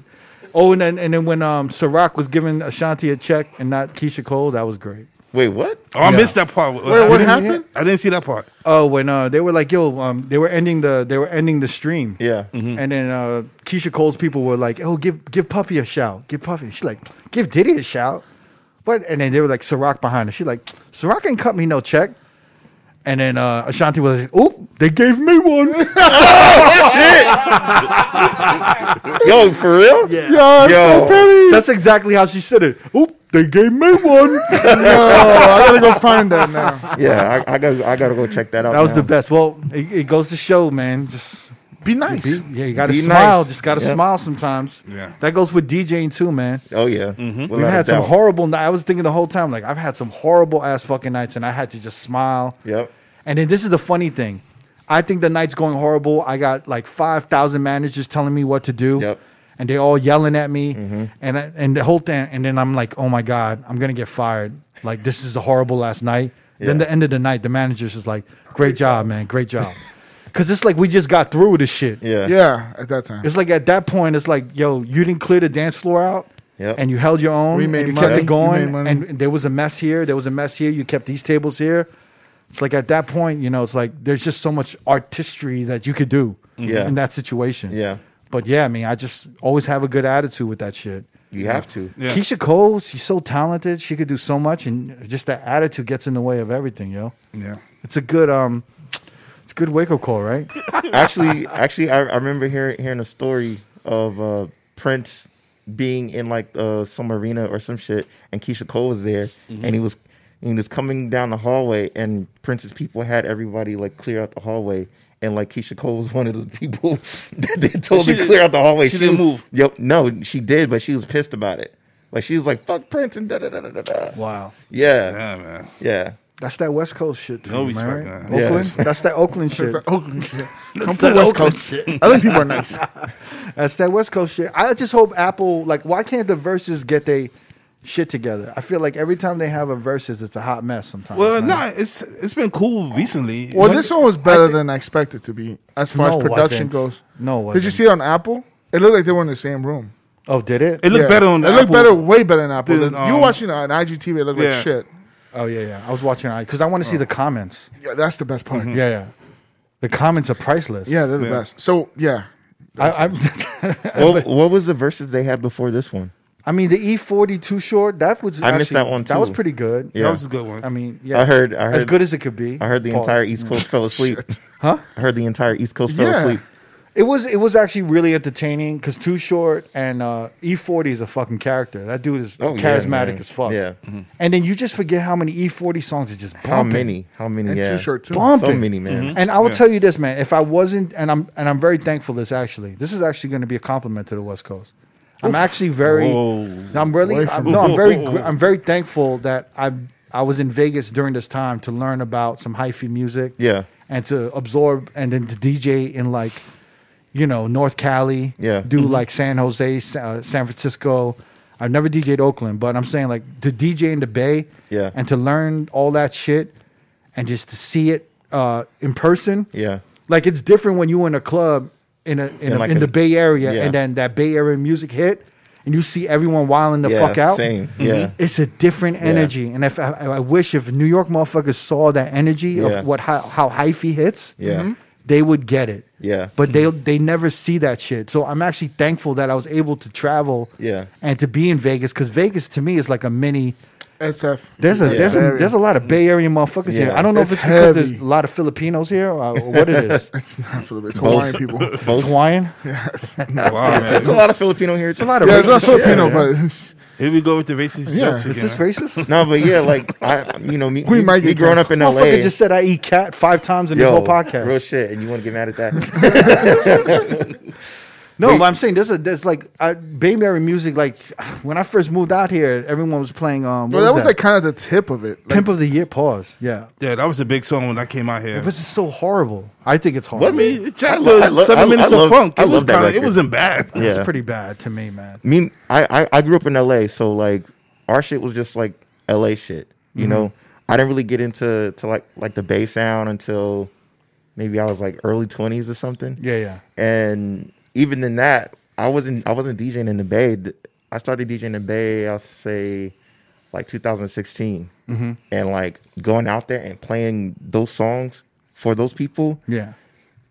Oh, and then and then when um Ciroc was giving Ashanti a check and not Keisha Cole, that was great.
Wait, what?
Oh, I missed that part.
Wait, what
I didn't-
happened?
I didn't see that part.
Oh, when uh, they were like, "Yo," um, they were ending the they were ending the stream.
Yeah.
And then uh, Keisha Cole's people were like, "Oh, give give Puffy a shout, give Puffy." She's like, "Give Diddy a shout," but and then they were like, "Ciroc behind her." She's like, "Ciroc ain't cut me no check." And then uh, Ashanti was like, "Oop, they gave me one."
Yo, for real?
Yeah.
Yo, it's so
Yo.
petty.
That's exactly how she said it. Oop, they gave me one.
Yo, I gotta go find that now.
Yeah, I, I got I gotta go check that out.
that was the
now.
best. Well, it, it goes to show, man. Just
Be nice.
yeah, you gotta
Be
smile.
nice.
Just gotta
Yeah.
smile sometimes.
Yeah.
That goes with DJing too, man.
Oh yeah,
We've
without a
Mm-hmm. had some
doubt.
horrible. ni- I was thinking the whole time, like I've had some horrible ass fucking nights, and I had to just smile.
Yep.
And then this is the funny thing. I think the night's going horrible. I got like five thousand managers telling me what to do,
Yep. Mm-hmm.
and they all yelling at me, and I, and the whole thing. And then I'm like, oh my god, I'm gonna get fired. Like this is a horrible last night. Then
Yeah.
the end of the night, the manager's just like, great job, man, great job, because it's like we just got through with this shit.
Yeah.
Yeah, at that time.
It's like at that point, it's like, yo, you didn't clear the dance floor out,
Yep.
and you held your own.
We made
and you
money.
kept it
We
going,
made money.
and there was a mess here. There was a mess here. You kept these tables here. It's like at that point, you know, it's like there's just so much artistry that you could do
Mm-hmm. Yeah.
in that situation.
Yeah.
But yeah, I mean, I just always have a good attitude with that shit.
You have to.
Yeah.
Keisha Cole, she's so talented. She could do so much, and just that attitude gets in the way of everything, yo.
Yeah.
It's a good, um, it's a good wake up call, right?
actually, actually, I, I remember hearing hearing a story of uh, Prince being in like uh, some arena or some shit, and Keisha Cole was there, and
Mm-hmm.
he was he was coming down the hallway, and Prince's people had everybody like clear out the hallway. And like Keisha Cole was one of the people that they told
She
to
did-
clear out the hallway.
she didn't
was,
move.
Yep, no, she did, but she was pissed about it. Like she was like, "Fuck Prince" and da da da da da da.
Wow.
Yeah,
Yeah, man.
yeah,
That's that West Coast shit.
No
for you,
respect,
man,
man.
right?
Yeah.
Oakland. That's that Oakland shit.
It's like Oakland shit. Come to West Coast. I think people are nice.
That's that West Coast shit. I just hope Apple like why can't the verses get they shit together? I feel like every time they have a verses, it's a hot mess sometimes.
Well,
man.
nah, it's it's been cool recently.
Well,
It's-
this one was better than I expected it to be as far
No,
as
it
production
wasn't.
goes.
No, it
Did you
wasn't.
see it on Apple? It looked like they were in the same room.
Oh, did it?
it looked
Yeah.
better on.
It looked
Apple.
better, way better than Apple.
than,
Than, you
um,
watching it on IGTV, it looked
yeah.
like shit.
oh yeah, yeah. I was watching it because I want to see the comments.
Yeah, that's the best part.
Yeah, yeah. The comments are priceless.
Yeah, they're the
Yeah.
best. So yeah,
I, I'm-
What, what was the verses they had before this one?
I mean, the E forty too short. That was
I missed
actually-
that one,
That was
too.
pretty good.
Yeah.
That was a good one.
I mean, yeah.
I heard- I
as
heard-
good as it could be.
I heard the
Pause.
entire East Coast fell asleep.
Huh?
I heard the entire East Coast fell
Yeah.
asleep.
It was it was actually really entertaining because Too Short and uh, E40 is a fucking character. That dude is
Oh, yeah,
charismatic
man.
as fuck.
Yeah.
And then you just forget how many E40 songs are just bumping.
How many? How many?
and
yeah.
too short too.
Bump.
So many, man.
And I will
Yeah.
tell you this, man. If I wasn't, and I'm and I'm very thankful. This actually, this is actually going to be a compliment to the West Coast. I'm actually very.
Whoa.
I'm really.
Away
I'm,
from-
no, I'm very. gr- I'm very thankful that I I was in Vegas during this time to learn about some hyphy music.
Yeah.
And to absorb and then to DJ in like, you know, North Cali.
Yeah.
Do like San Jose, Sa- uh, San Francisco. I've never DJ'd Oakland, but I'm saying like to DJ in the Bay.
Yeah.
And to learn all that shit and just to see it uh, in person.
Yeah.
Like it's different when you in a club in a in,
In
a,
like
in
a-
the Bay Area
yeah.
and then that Bay Area music hit and you see everyone wilding the
Yeah,
fuck out. Mm-hmm.
same. Yeah.
It's a different energy. And if I, I wish if New York motherfuckers saw that energy
Yeah.
of what how, how hyphy hits,
Yeah. Mhm.
they would get it.
Yeah. Mm-hmm.
But they they never see that shit. So I'm actually thankful that I was able to travel
Yeah.
and to be in Vegas because Vegas to me is like a mini
SF.
there's a
Yeah.
there's a,
Very.
there's a lot of Bay Area motherfuckers here.
Yeah.
I don't know
It's
if it's because
heavy.
there's a lot of Filipinos here or what it is.
It's not for the it's
Both.
Hawaiian people. yeah,
it's
Both.
Hawaiian.
it's
Wow, man.
It's a lot of Filipino here. It's
a lot of
it's not
racist. shit.
Filipino, but
Here we go with the racist
Yeah.
jokes again.
Is this racist?
No, but yeah, like I, you know, me,
We
me,
might
me
get
growing up in LA.
Motherfucker just said I eat cat five times in this
yo,
whole podcast.
real shit, and you want to get mad at that?
no, but I'm saying there's a there's like I, Bay Area music. Like when I first moved out here, everyone was playing. Um,
but that was like kind of the tip of it. Like,
Pimp of the Year. Pause. Yeah,
Yeah, that was a big song when I came out here.
but it's so horrible. I think it's horrible.
I mean, it
I
jacked
lo- I
the
lo- I-
seven minutes
I love-
of funk.
I
It was
love that
kind of, it
record.
wasn't bad.
It's
yeah.
pretty bad to me, man.
mean, I, I I grew up in LA, so like our shit was just like LA shit. You
Mm-hmm.
know, I didn't really get into to like like the Bay sound until maybe I was like early twenties or something.
Yeah, yeah.
and even in that, I wasn't I wasn't DJing in the Bay. I started DJing in the Bay. I'll say like 2016, and like going out there and playing those songs for those people,
Yeah.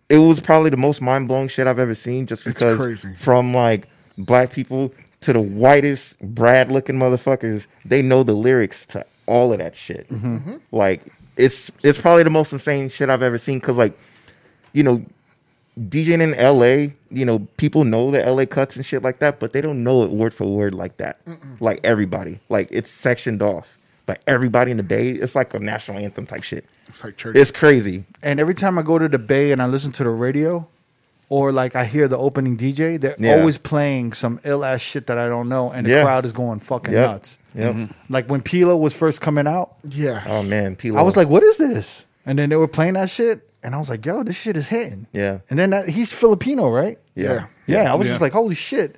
it was probably the most mind blowing shit I've ever seen. Just because
crazy.
from like black people to the whitest Brad looking motherfuckers, they know the lyrics to all of that shit.
Mm-hmm.
Mm-hmm. Like it's it's probably the most insane shit I've ever seen. Because like you know, DJing in LA, you know, people know the LA cuts and shit like that, but they don't know it word for word like that. Like everybody, like it's sectioned off. But everybody in the Bay, it's like a national anthem type shit.
It's like church.
It's crazy.
And every time I go to the Bay and I listen to the radio, or like I hear the opening DJ, they're
Yeah.
always playing some ill ass shit that I don't know, and the
Yeah.
crowd is going fucking
Yep.
nuts.
Yep.
Like when Pilo was first coming out,
yeah.
Oh man, P.
I was like, "What is this?" And then they were playing that shit, and I was like, "Yo, this shit is hitting."
Yeah.
And then that, he's Filipino, right?
yeah.
Yeah. I was
Yeah.
just like, "Holy shit!"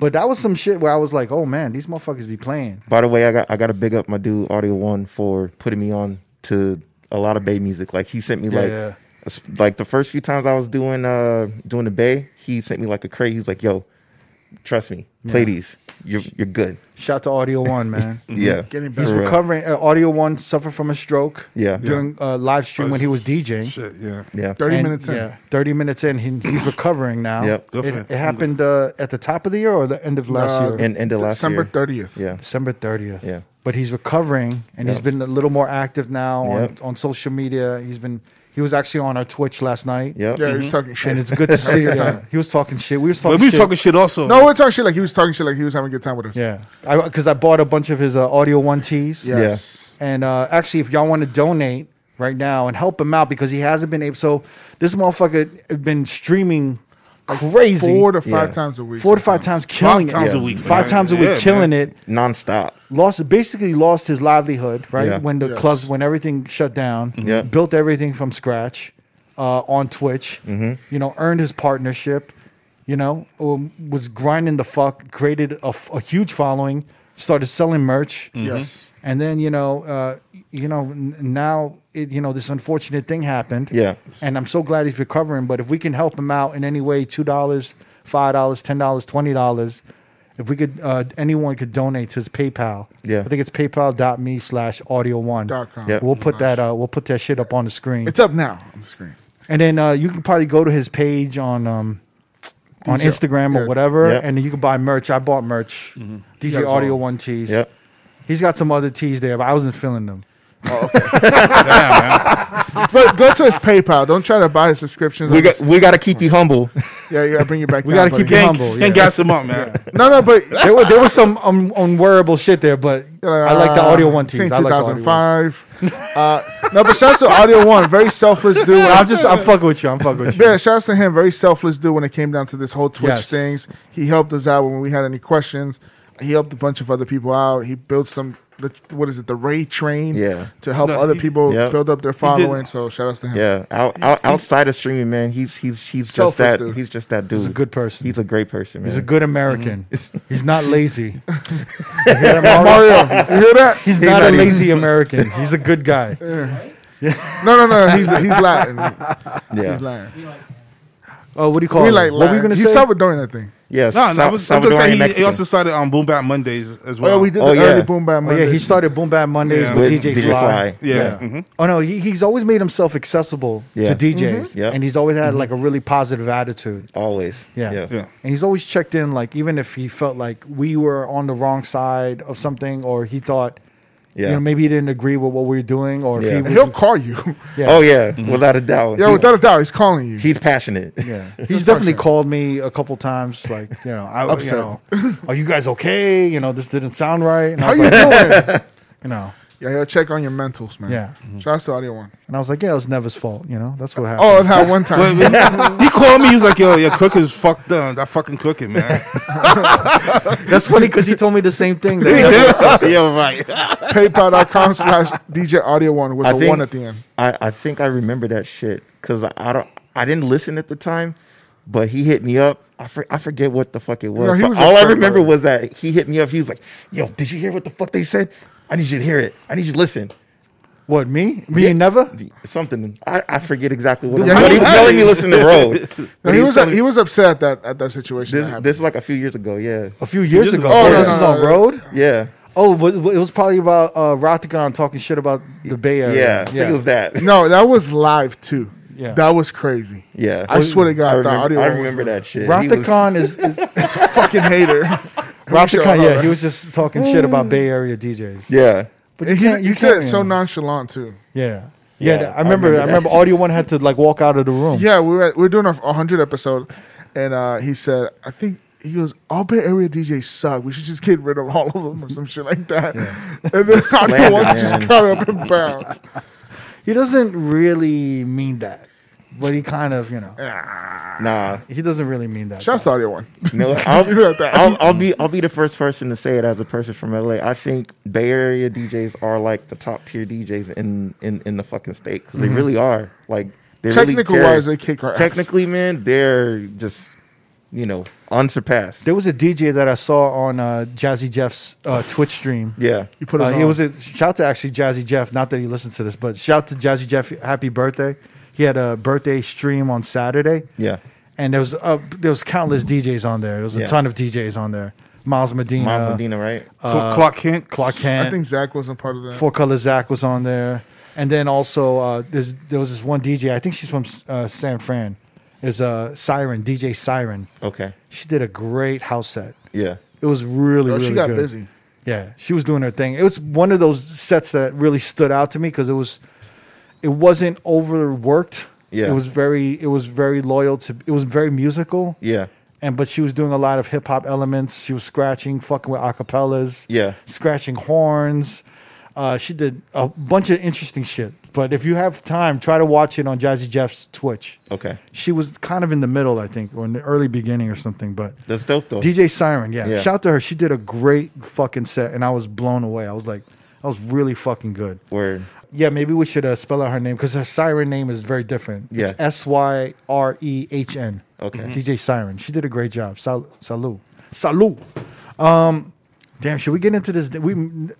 But that was some shit where I was like, "Oh man, these motherfuckers be playing."
By the way, I got I got to big up my dude Audio One for putting me on to a lot of Bay music. Like he sent me like
yeah.
s- like the first few times I was doing uh doing the Bay, he sent me like a crate. He was like, "Yo, trust me, play these. You're you're good."
Shout to Audio One, man.
Yeah,
Getting
For
He's
real.
recovering. Uh, Audio One suffered from a stroke.
Yeah.
During uh, live stream when he was DJing.
Shit, yeah.
Yeah,
30
And,
minutes in.
Yeah, thirty minutes in, he, he's recovering now.
Yep.
Good
it,
for him.
it happened uh, at the top of the year or the end of last
Uh,
year,
and and the last
December
year,
30th.
yeah,
December thirtieth.
Yeah.
but he's recovering and he's
Yep.
been a little more active now
Yep.
on, on social media. He's been he was actually on our Twitch last night.
yeah,
Yeah, he's talking shit.
and it's good to see. yeah, he was talking shit. We was talking.
But we was
shit.
talking shit also.
no, we're talking shit like he was talking shit like he was having a good time with us.
Yeah, because I, bought a bunch of his uh, Audio One tees.
Yes.
And uh, actually, if y'all want to donate right now and help him out because he hasn't been able, so this motherfucker has been streaming crazy
Four to five
Yeah.
times a week.
four to five times killing it.
times
a
week,
Five
man.
times a week
Yeah,
killing it.
nonstop.
Lost basically lost his livelihood, right?
Yeah. Mm-hmm.
When the
Yes.
clubs when everything shut down.
Yeah.
Built everything from scratch uh, on Twitch.
Mm-hmm.
You know, earned his partnership, you know, um, was grinding the fuck, created a, f- a huge following, started selling merch.
Mm-hmm.
Yes.
And then you know, uh, you know, n- now it, you know this unfortunate thing happened.
Yeah.
And I'm so glad he's recovering. But if we can help him out in any way, two dollars, five dollars, ten dollars, twenty dollars, if we could, uh, anyone could donate to his PayPal.
Yeah.
I think it's PayPal.me slash Audio One.
Dot com.
Yep.
We'll put that. Uh, we'll put that shit up on the screen.
It's up now on the screen.
and then uh, you can probably go to his page on. Um, on
DJ.
Instagram or
Yeah. Mm-hmm.
whatever,
Yeah.
and then you can buy merch. I bought merch, DJ
Yeah, so-
Audio One tees.
Yep.
He's got some other tees there, but I wasn't feeling them.
But go to his PayPal. Don't try to buy his subscriptions.
We got we got to keep you humble.
yeah, yeah, bring you back.
We
down,
gotta keep
buddy.
you-
Gang,
Humble, yeah.
And gas him up, man.
No, no, but
there was there was some um, unwearable shit there, but I like
uh,
the audio one
team.
teams. I like the audio ones.
2005. uh, no, but shouts to audio one. Very selfless dude.
I'm just I'm fucking with you. I'm fucking with you.
Yeah, shouts to him. Very selfless dude when it came down to this whole Twitch
Yes.
things. He helped us out when we had any questions. He helped a bunch of other people out. He built some. The, what is it? The Ray Train.
Yeah.
To help
No,
other
he-
people
yeah.
build up their following. So shout outs to him.
Yeah, out, out, outside of streaming, man, he's he's he's just
Selfless
that
dude.
he's just that dude. He's
a good person.
He's a great person, man.
He's a good American. He's not lazy.
Mario, you hear that?
He's not a lazy American. He's a good guy.
No, no, no. He's he's Latin. He's
yeah,
Latin.
Oh, what do you call
We
it?
like
what
Latin.
were you gonna
he's
say?
Salvadorian, I think.
yeah.
No, no,
Sa-
I was, I'm just
Salvadorian
saying he, he
Mexican.
also started on Boom Bap Mondays as well.
Well, we did
Oh,
the
yeah.
early boom bap
Oh yeah,
Mondays.
he started Boom Bap Mondays
Yeah.
with,
With
DJ,
DJ
Fly.
Fly.
Yeah. mm-hmm.
Oh no, he, he's always made himself accessible
Yeah.
to DJs,
Yep.
and he's always had like a really positive attitude.
always.
Yeah.
yeah,
Yeah.
And he's always checked in, like even if he felt like we were on the wrong side of something, or he thought,
Yeah.
you know, maybe he didn't agree with what we were doing, or
Yeah.
if he was
He'll call you.
Yeah.
Oh yeah,
Mm-hmm.
without a doubt.
yeah,
He-
without a doubt, he's calling you.
he's passionate.
Yeah, he's definitely called me a couple times. Like, you know, I was, you
Upset.
know, are you guys okay? You know, this didn't sound right. And I
How
was
you
like,
doing?
you know,
yeah, he'll check on your mentals, man. Mm-hmm.
Yeah.
Shout out to audio one.
and I was like, yeah, it's Neva's fault. You know, that's what happened.
Oh, that one time.
Wait, wait, he called me. He was like, "Yo, your crooker's fucked up. That fucking crooked, man."
that's funny because he told me the same thing. That
Yo, right.
PayPal.com slash DJ Audio One with
I
a
think-
one at the end.
I, I think I remember that shit because I, I don't I didn't listen at the time, but he hit me up. I, for, I forget what the fuck it was.
No, he
but
was
all I
upset
remember
about it.
was that he hit me up. He was like, "Yo, did you hear what the fuck they said? I need you to hear it. I need you to listen."
what me? Me and Neva?
Something I, I forget exactly what. it
Yeah,
was.
he
but he
was-
was telling me listen to road.
No,
But
he was
telling-
he was upset at that at that situation.
this
that happened.
this is like a few years ago. Yeah,
A few years
Years
ago.
ago.
Oh,
Oh,
no,
this
no,
is
no,
on
no.
road.
yeah.
Oh, but but it was probably about uh, Ratagon talking shit about the Bay Area.
yeah, I think it was that.
No, that was live too.
Yeah.
That was crazy.
Yeah,
I swear to God,
I
the
remember,
audio
I
was-
remember that shit. He was-
Ratagon is, is
He's a fucking hater.
Ratagon. Yeah, he was just talking shit about Bay Area DJs.
yeah,
But
He, he said it so
man.
nonchalant too.
Yeah. Yeah,
Yeah,
I remember. I
that.
remember. Audio One had to like walk out of the room.
Yeah, we were at, we were doing our 100 episode, and uh, he said, I think he goes, all Bay Area DJs suck. We should just get rid of all of them or some shit like that. And then Audio
Slander,
One
man.
just cut up and bounced.
He doesn't really mean that, but he kind of, you know,
nah.
he doesn't really mean that.
Shouts to Audio One.
You know, I'll,
You heard that.
I'll, I'll be I'll be the first person to say it as a person from LA. I think Bay Area DJs are like the top tier DJs in in in the fucking state because they really are. Like they
Technical
really care.
wise, Mm-hmm. they kick our ass.
Technically, man, they're just you know unsurpassed.
There was a DJ that I saw on uh, Jazzy Jeff's uh, Twitch stream.
yeah,
You put us
Uh,
on.
it was a shout to actually Jazzy Jeff. Not that he listens to this, but shout to Jazzy Jeff. Happy birthday! He had a birthday stream on Saturday.
yeah.
and there was uh, there was countless DJs on there. There was a
Yeah.
ton of DJs on there. Miles Medina,
Mom Medina, right?
Uh,
Cl- Clark Kent.
Clark Kent,
I think Zach wasn't part of that.
Four Color Zach was on there, and then also uh, there's there was this one DJ. I think she's from uh, San Fran. Is uh, Siren DJ Siren.
Okay.
She did a great house set.
Yeah.
It was really
Oh,
really
she got
good.
busy.
Yeah, she was doing her thing. It was one of those sets that really stood out to me because it was, it wasn't overworked.
Yeah.
it was very it was very loyal to it was very musical.
Yeah.
and but she was doing a lot of hip hop elements. She was scratching, fucking with acapellas.
Yeah.
scratching horns. Uh, she did a bunch of interesting shit. But if you have time, try to watch it on Jazzy Jeff's Twitch.
Okay.
She was kind of in the middle, I think, or in the early beginning or something. But
That's dope though.
DJ Siren, yeah.
Yeah.
Shout out to her. She did a great fucking set, and I was blown away. I was like, that was really fucking good.
Word.
Yeah, maybe we should uh, spell out her name because her Siren name is very different.
Yeah.
It's S Y R E H N.
Okay. Mhm.
DJ Siren. She did a great job. Sal- salut. Salut. Um, damn, should we get into this? We,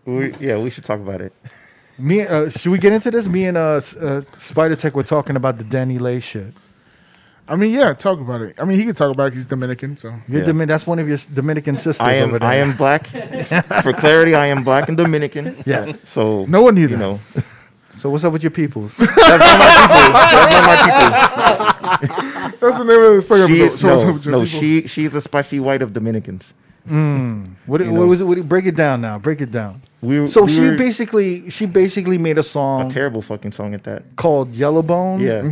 We, yeah, we should talk about it.
me, uh, should we get into this? Me and uh, S- uh, Spider Tech were talking about the Danny Lay shit.
I mean, yeah, talk about it. I mean, he can talk about it. He's Dominican, so.
You're
Yeah.
Domin- that's one of your s- Dominican sisters
I
over
am
there.
I am black. For clarity, I am black and Dominican.
Yeah.
So
No one knew
you
that.
know
So what's up with your peoples?
that's not my people. That's not my people.
That's the name of this fucking
She,
episode. So what's up with
no,
your
no,
people?
she she's a spicy white of Dominicans.
What,
know.
what was it? What, break it down now. Break it down.
We
so
we
she
were
basically she basically made a song
a terrible fucking song at that.
called Yellowbone.
Yeah,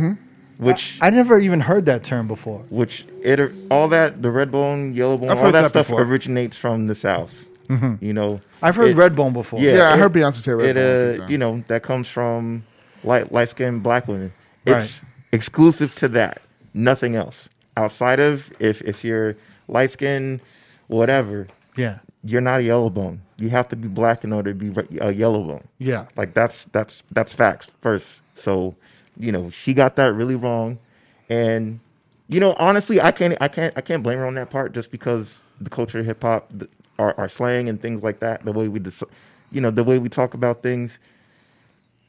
which
Mm-hmm. I never even heard that term before.
which it all that the red bone, yellow bone,
I've
all
heard
that,
that
stuff
before.
originates from the south. You know,
I've heard
It-
Redbone before.
Yeah,
Yeah, I
it-
heard Beyonce say red.
it
bone a few
uh
times.
you know that comes from light light skinned black women
Right.
it's exclusive to that nothing else outside of if if you're light skinned whatever
yeah,
you're not a yellow bone you have to be black in order to be re- a yellow bone
yeah.
like that's that's that's facts first so you know she got that really wrong and you know honestly i can't i can't i can't blame her on that part just because the culture of hip-hop the, our, our slang and things like that the way we dis- you know the way we talk about things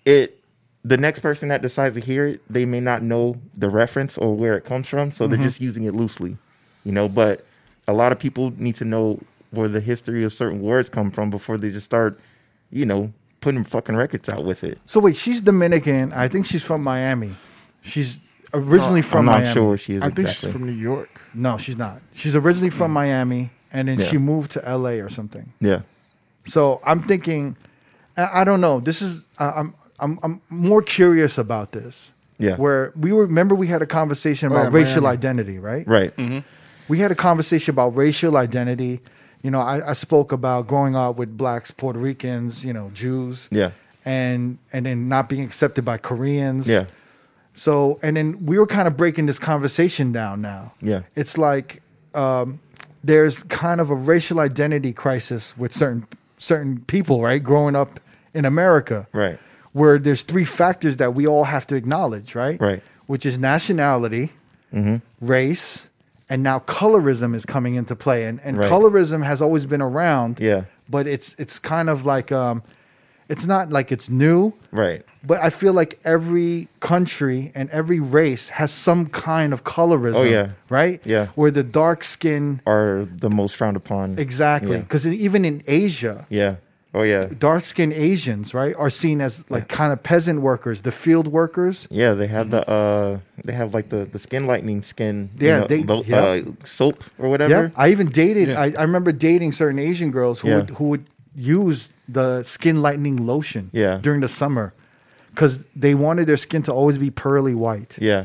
it the next person that decides to hear it they may not know the reference or where it comes from so
Mm-hmm.
they're just using it loosely you know but a lot of people need to know where the history of certain words come from before they just start you know putting fucking records out with it
So wait, she's Dominican. I think she's from Miami. She's originally from
i'm not
Miami.
sure where she is
I think
exactly
she's from New York.
No, she's not. She's originally from Miami, and then
Mm. Yeah.
she moved to LA or something.
yeah
So I'm thinking, I, I don't know. This is I- I'm I'm I'm more curious about this.
Yeah.
Where we were, remember we had a conversation about
Oh, yeah,
racial
Miami.
identity, right?
right
Mm-hmm. we had a conversation about racial identity. You know, I, I spoke about growing up with blacks, Puerto Ricans, you know, Jews,
Yeah.
and and then not being accepted by Koreans,
yeah
So and then we were kind of breaking this conversation down now.
Yeah.
it's like um, there's kind of a racial identity crisis with certain certain people, right? Growing up in America,
Right.
Where there's three factors that we all have to acknowledge, right?
Right.
Which is nationality, race, and now colorism is coming into play. And and
Right.
colorism has always been around.
Yeah.
But it's it's kind of like um, it's not like it's new.
right
But I feel like every country and every race has some kind of colorism.
Oh, yeah.
Right?
Yeah.
Where the dark skin
are the most frowned upon
exactly.
Yeah.
Because even in Asia,
yeah Oh yeah,
dark skinned Asians, right, are seen as like kind of peasant workers, the field workers.
yeah. They have the uh, they have like the the skin lightening skin. you
Yeah,
know,
they-
lo-
yeah.
uh, soap or
Yeah,
whatever.
I even dated. I, I remember dating certain Asian girls who
Yeah.
would, who would use the skin lightening lotion
Yeah.
during the summer because they wanted their skin to always be pearly white.
Yeah,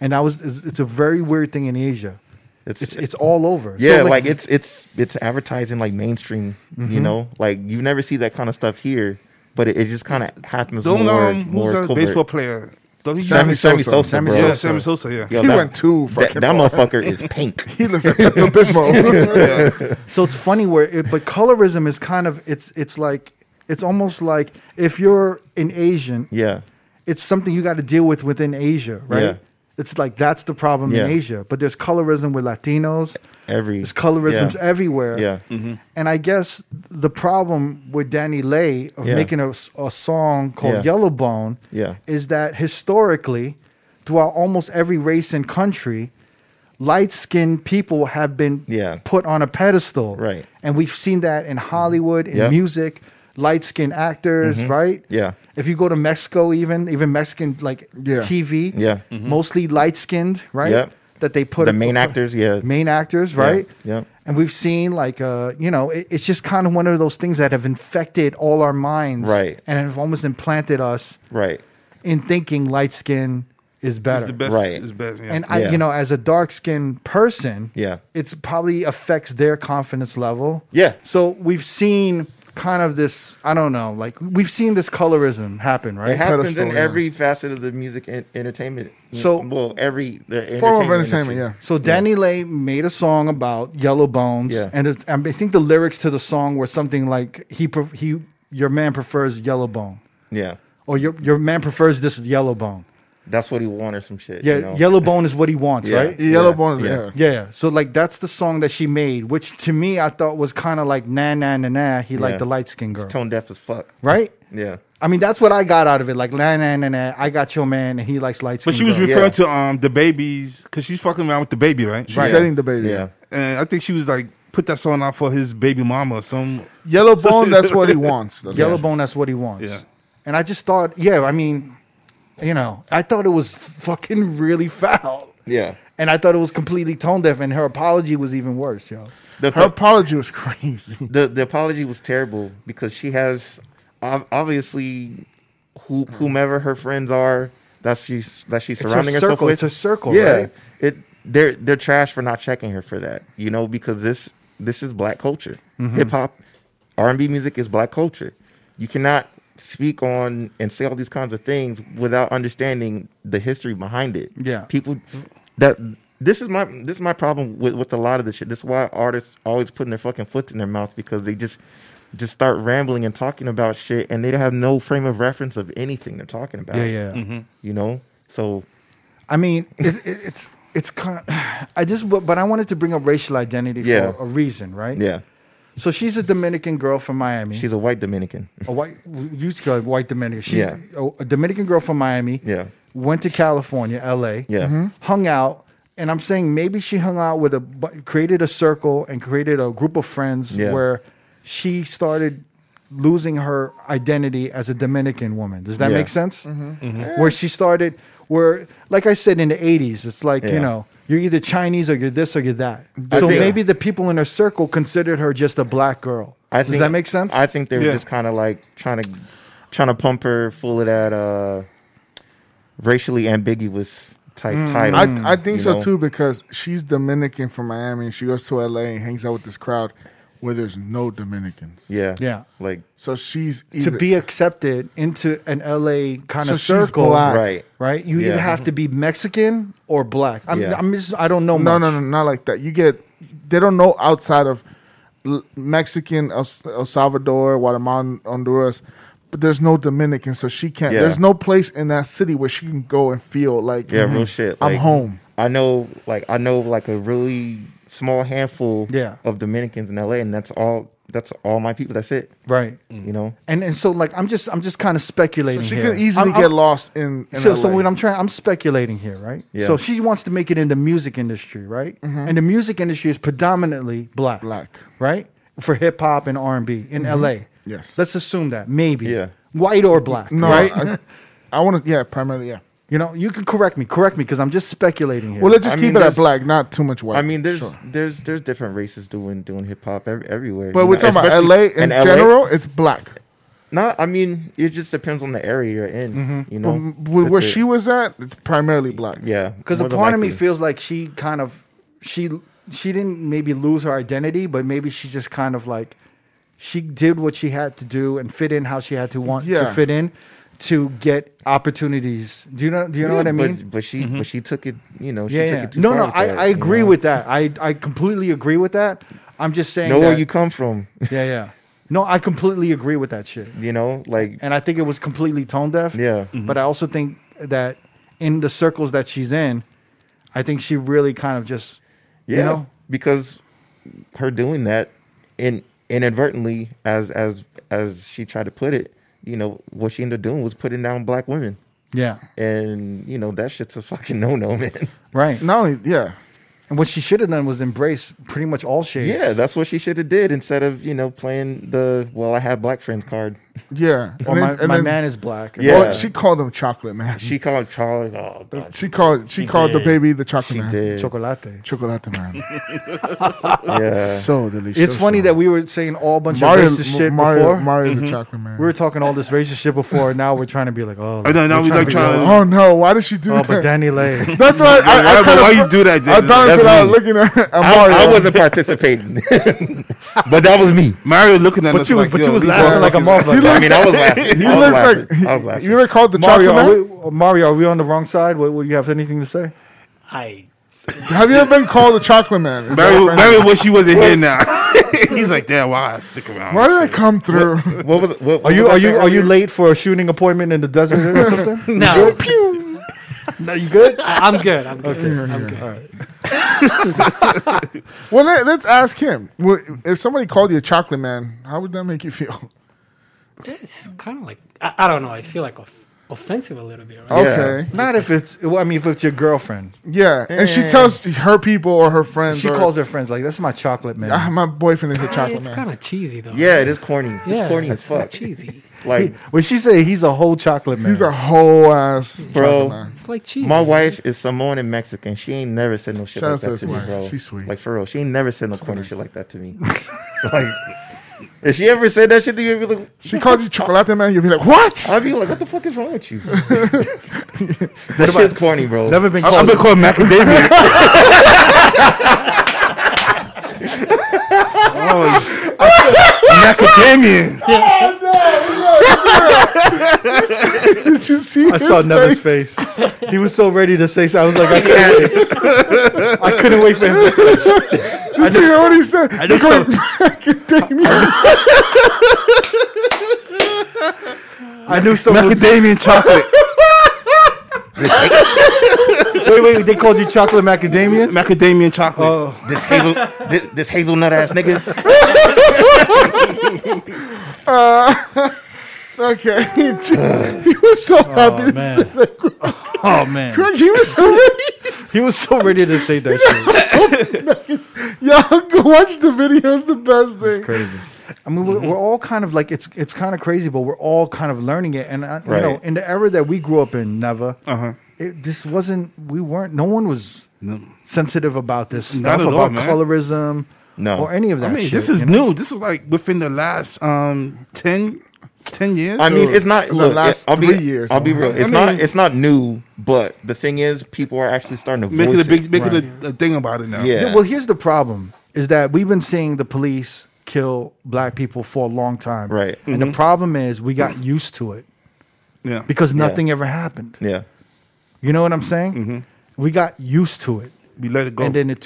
And that was it's it's a very weird thing in Asia.
It's-
It's it's all over. So,
yeah. like, it's it's it's advertised in like mainstream. You know, like you never see that kind of stuff here, but it, it just kind of happens
Don't
more.
um,
more
who's that
covert.
baseball player? Don't he-
Sammy, Sammy
Sosa.
Sosa,
Sammy
bro.
yeah, Sammy Sosa. Yeah,
Yo,
He went too
That,
fucking
that
far.
motherfucker is pink.
He looks like Pepto Bismol.
so it's funny where it, but colorism is kind of it's it's like it's almost like if you're an Asian,
Yeah,
it's something you got to deal with within Asia, right?
Yeah.
It's like that's the problem
Yeah.
in Asia, but there's colorism with Latinos.
Every-
there's colorisms
yeah.
everywhere.
Yeah.
and I guess the problem with Danny Lay of
Yeah.
making a, s- a song called
Yeah.
Yellowbone,
Yeah.
is that historically, throughout almost every race and country, light-skinned people have been
Yeah.
put on a pedestal,
Right.
And we've seen that in Hollywood, in
Yep.
music, light-skinned actors, right?
Mm-hmm. Yeah.
If you go to Mexico, even even Mexican like
Yeah.
TV,
Yeah.
Mm-hmm.
mostly light skinned, right?
Yep.
That they put
the main actors. Yeah,
main actors, right?
yep.
And we've seen like uh, you know, it, it's just kind of one of those things that have infected all our minds,
Right.
And have almost implanted us
right.
in thinking light skin is better.
it's the best.
Right.
It's best. Yeah.
And I,
Yeah.
you know, as a dark skinned person,
Yeah.
it's probably affects their confidence level.
Yeah.
So we've seen kind of this. I don't know, like we've seen this colorism happen, right?
It happens
pedestal,
in
yeah.
every facet of the music en- entertainment.
So-
well, every the
Form of
entertainment
entertainment,
industry.
yeah.
So Danny Lay made a song about yellow bones,
Yeah.
and it's, I, mean, I think the lyrics to the song were something like he pre- he your man prefers yellow bone,
Yeah,
or your your man prefers this yellow bone.
that's what he won or some shit.
Yeah,
you know?
yellow bone is what he wants,
Yeah.
right?
Yellow bone is
Yeah.
there.
Yeah, yeah. So like that's the song that she made, which to me I thought was kind of like na na na na. He
Yeah.
liked the light skinned girl,
It's tone deaf as fuck.
right?
Yeah,
I mean that's what I got out of it. Like na na na na. I got your man, and he likes light skin.
but she was
girl.
referring
Yeah.
to um the babies because she's fucking around with the baby, right?
She's dating the baby.
yeah,
And I think she was like put that song out for his baby mama or some.
Yellow bone, that's what he wants. That's
Yellow
what-
bone, that's what he wants.
Yeah.
And I just thought, yeah, I mean, you know, I thought it was fucking really foul.
yeah.
And I thought it was completely tone deaf, and her apology was even worse, yo.
The,
Her apology was crazy.
the the apology was terrible because she has ob- obviously who whomever her friends are that she's that she's
It's her
surrounding herself
circle.
with.
It's her circle,
Yeah,
right?
it they're they're trash for not checking her for that. You know because this this is black culture.
Mm-hmm.
Hip hop, R and B music is black culture. You cannot speak on and say all these kinds of things without understanding the history behind it.
Yeah.
people that. This is my this is my problem with, with a lot of this shit. This is why artists always putting their fucking foot in their mouth because they just just start rambling and talking about shit and they have no frame of reference of anything they're talking about.
Yeah, yeah.
You know? So
I mean, it, it, it's it's kind. I just, but, but I wanted to bring up racial identity
Yeah.
for a reason, right?
yeah.
So she's a Dominican girl from Miami.
Mm-hmm. She's a white Dominican.
a white, you to call it white Dominican. She's
Yeah.
a, a Dominican girl from Miami.
Yeah.
Went to California, L.A.
Yeah. Mhm.
Hung out, and I'm saying maybe she hung out with a, bu- created a circle and created a group of friends
Yeah.
where she started losing her identity as a Dominican woman. Does that
Yeah. Mm-hmm.
make sense? Where she started, where like I said in the '80s, it's like
Yeah.
you know. You're either Chinese or you're this or you're that.
I
so
think-
maybe the people in her circle considered her just a black girl.
I
Does that make sense?
I think they were
Yeah.
just kinda like trying to trying to pump her full of that uh racially ambiguous type title.
Mm. I, I think
Hmm, you
so
know?
too because she's Dominican from Miami and she goes to LA and hangs out with this crowd where there's no Dominicans.
Yeah.
Yeah.
Like
So she's
to
either,
be accepted into an LA kind
So
of
she's
circle,
black.
right.
right? You
Yeah.
either have to be Mexican or black. I'm,
Yeah.
I'm just, I don't know.
no,
much.
no, no, not like that. You get they don't know outside of L- Mexican, El, El Salvador, Guatemala, Honduras, but there's no Dominican, so she can't.
Yeah.
There's no place in that city where she can go and feel like
Yeah, real shit.
Mm-hmm. I'm
Like,
home.
I know, like I know, like a really small handful
Yeah.
of Dominicans in LA, and that's all. That's all my people. That's it.
right?
You know.
And and so like I'm just, I'm just kind of speculating.
So she
here.
can easily
I'm- I'm-
get lost in. in
So, so
LA.
when I'm trying, I'm speculating here, right?
Yeah.
So she wants to make it in the music industry, right?
Mm-hmm.
And the music industry is predominantly black,
Black. Mm-hmm.
right? For hip hop and R and B in LA.
Yes.
Let's assume that maybe.
Yeah.
White or black,
No,
right?
I, I want to. Yeah, primarily. Yeah.
you know, you can correct me. Correct me because I'm just speculating here.
Well, let's just
I
keep
mean,
it
there's-
at black, not too much white.
I mean, there's
Sure.
there's there's different races doing doing hip hop ev- everywhere.
But
you
we're
know,
talking about
especially
LA in general. It's black.
No, I mean it just depends on the area you're in.
Mm-hmm.
You know,
But with
That's
where
it.
she was at, it's primarily black.
yeah,
because a
more than
part of me
likely.
feels like she kind of she she didn't maybe lose her identity, but maybe she just kind of like she did what she had to do and fit in how she had to want to
Yeah.
fit in to get opportunities. Do you know? Do you know
Yeah,
what I mean? Mm-hmm.
But, but she but she took it. You know, she
yeah,
took
yeah.
it too
no,
far
no,
with
I,
that,
I
you
agree
know?
with that. I I completely agree with that. I'm just saying.
Know where
that-
you come from.
Yeah, yeah. No, I completely agree with that shit.
You know, like
and I think it was completely tone deaf.
Yeah.
But
Mm-hmm.
I also think that in the circles that she's in, I think she really kind of just,
yeah,
you know,
because her doing that in inadvertently, as as as she tried to put it, you know, what she ended up doing was putting down black women,
yeah,
and you know that shit's a fucking no no, man.
right.
Not only, yeah.
And what she should have done was embrace pretty much all shades.
Yeah, that's what she should have did instead of you know playing the well I have black friends card.
Yeah. And
Or
then-
my,
and
my
then-
man is black.
Yeah.
Well, she called him chocolate man. She,
She called Charlie. Oh god,
called she, called the
did.
baby the chocolate
she
man.
did.
Chocolate.
Chocolate man.
Yeah,
so delicious.
It's funny that we were saying all bunch
Mario,
of racist shit
Mario,
before.
Mario's a chocolate man.
Mm-hmm. we were talking all this racist shit before. Now we're trying to be like, oh,
I know, now we like trying to.
oh no! Why did she do
oh,
that?
but Danny Lay.
That's why I, I,
Why,
kinda-
why you do that?
I balanced it
That's
out
me.
looking at, at Mario.
I, I wasn't participating, but that was me.
Mario looking at
But
us
you-
like,
but
yo,
you was
these
laughing like a
motherfuckers-
motherfucker.
I mean, I was laughing.
he
I was
looks
laughing.
like
I was laughing.
you ever called the
Mario,
chocolate
are
man?
we, Mario, are we on the wrong side? What, what, you have anything to say?
I
Have you ever been called the chocolate man?
Mario, Mario wish he wasn't here now. He's like, damn, why I stick around?
Why did I come through?
what was? What, what
Are you
was I
are you
saying
are you
earlier?
late for a shooting appointment in the desert or something?
no,
no, you good?
I, am good. I'm good. I'm good.
Well, let, let's ask him. Well, If somebody called you a chocolate man, how would that make you feel?
It's kind of like I, I don't know. I feel like off, offensive a little bit.
Oh,
Right?
Okay.
Not if it's. Well, I mean, if it's your girlfriend,
Yeah. And she tells her people or her friends.
she
or-
calls her friends like, "That's my chocolate man."
Ah, my boyfriend is a
Yeah,
chocolate
it's
man.
kind of cheesy though.
Yeah, it is corny. It's
Yeah,
corny as
kinda
fuck.
Cheesy.
Like
When she say he's a whole chocolate man,
He's a whole ass
Bro.
chocolate man.
It's like cheesy.
my wife is Samoan and Mexican. She ain't never said no shit
Shout out
like
to
that
his
to me,
wife.
bro.
She's sweet.
Like for real, she ain't never said no corny shit like that to me. like. If she ever said that shit to me, I'd be like,
She called you chocolate man. You'd be like, what?
I'd be like, what the fuck is wrong with you? that shit's corny, bro.
never been
I- I've
called.
been called macadamia. oh, macadamia.
Did you see?
I saw Nevin's face. He was so ready to say something. I was like, I can't. I couldn't wait for him. to say it.
Did you hear what he said? I
just I knew someone. Was,
Macadamia chocolate.
wait, wait, they called you chocolate macadamia.
Macadamia chocolate.
this hazel, this, this hazelnut ass nigga.
Okay. he was so happy to say
Oh, man.
that.
Oh man,
Greg, he was so ready.
he was so ready to say that shit.
Y'all go watch the video. It's the best thing.
It's crazy. I mean, we're, we're all kind of like it's it's kind of crazy, but we're all kind of learning it. And I, you know,
Right.
in the era that we grew up in, never.
Uh-huh.
it, this wasn't we weren't no one was
No.
sensitive about this
Not
stuff
at all,
about
man.
colorism
No.
or any of
I
that
mean,
shit,
this is
you know?
new. This is like within the last um 10, 10 years.
I mean,
Dude,
it's not.
the
Look,
last
I'll be,
three years,
I'll be real.
honestly.
It's
I
not.
mean-
It's not new, but the thing is, people are actually starting to
make
voice
it a big, make
Right.
it a, a thing about it now.
Yeah.
Yeah, well here's the problem is that we've been seeing the police kill black people for a long time
Right.
and
Mm-hmm.
the problem is we got used to it
yeah. Mm-hmm.
because nothing ever happened
Yeah,
you know what i'm saying we got used to it
we let it go.
and then in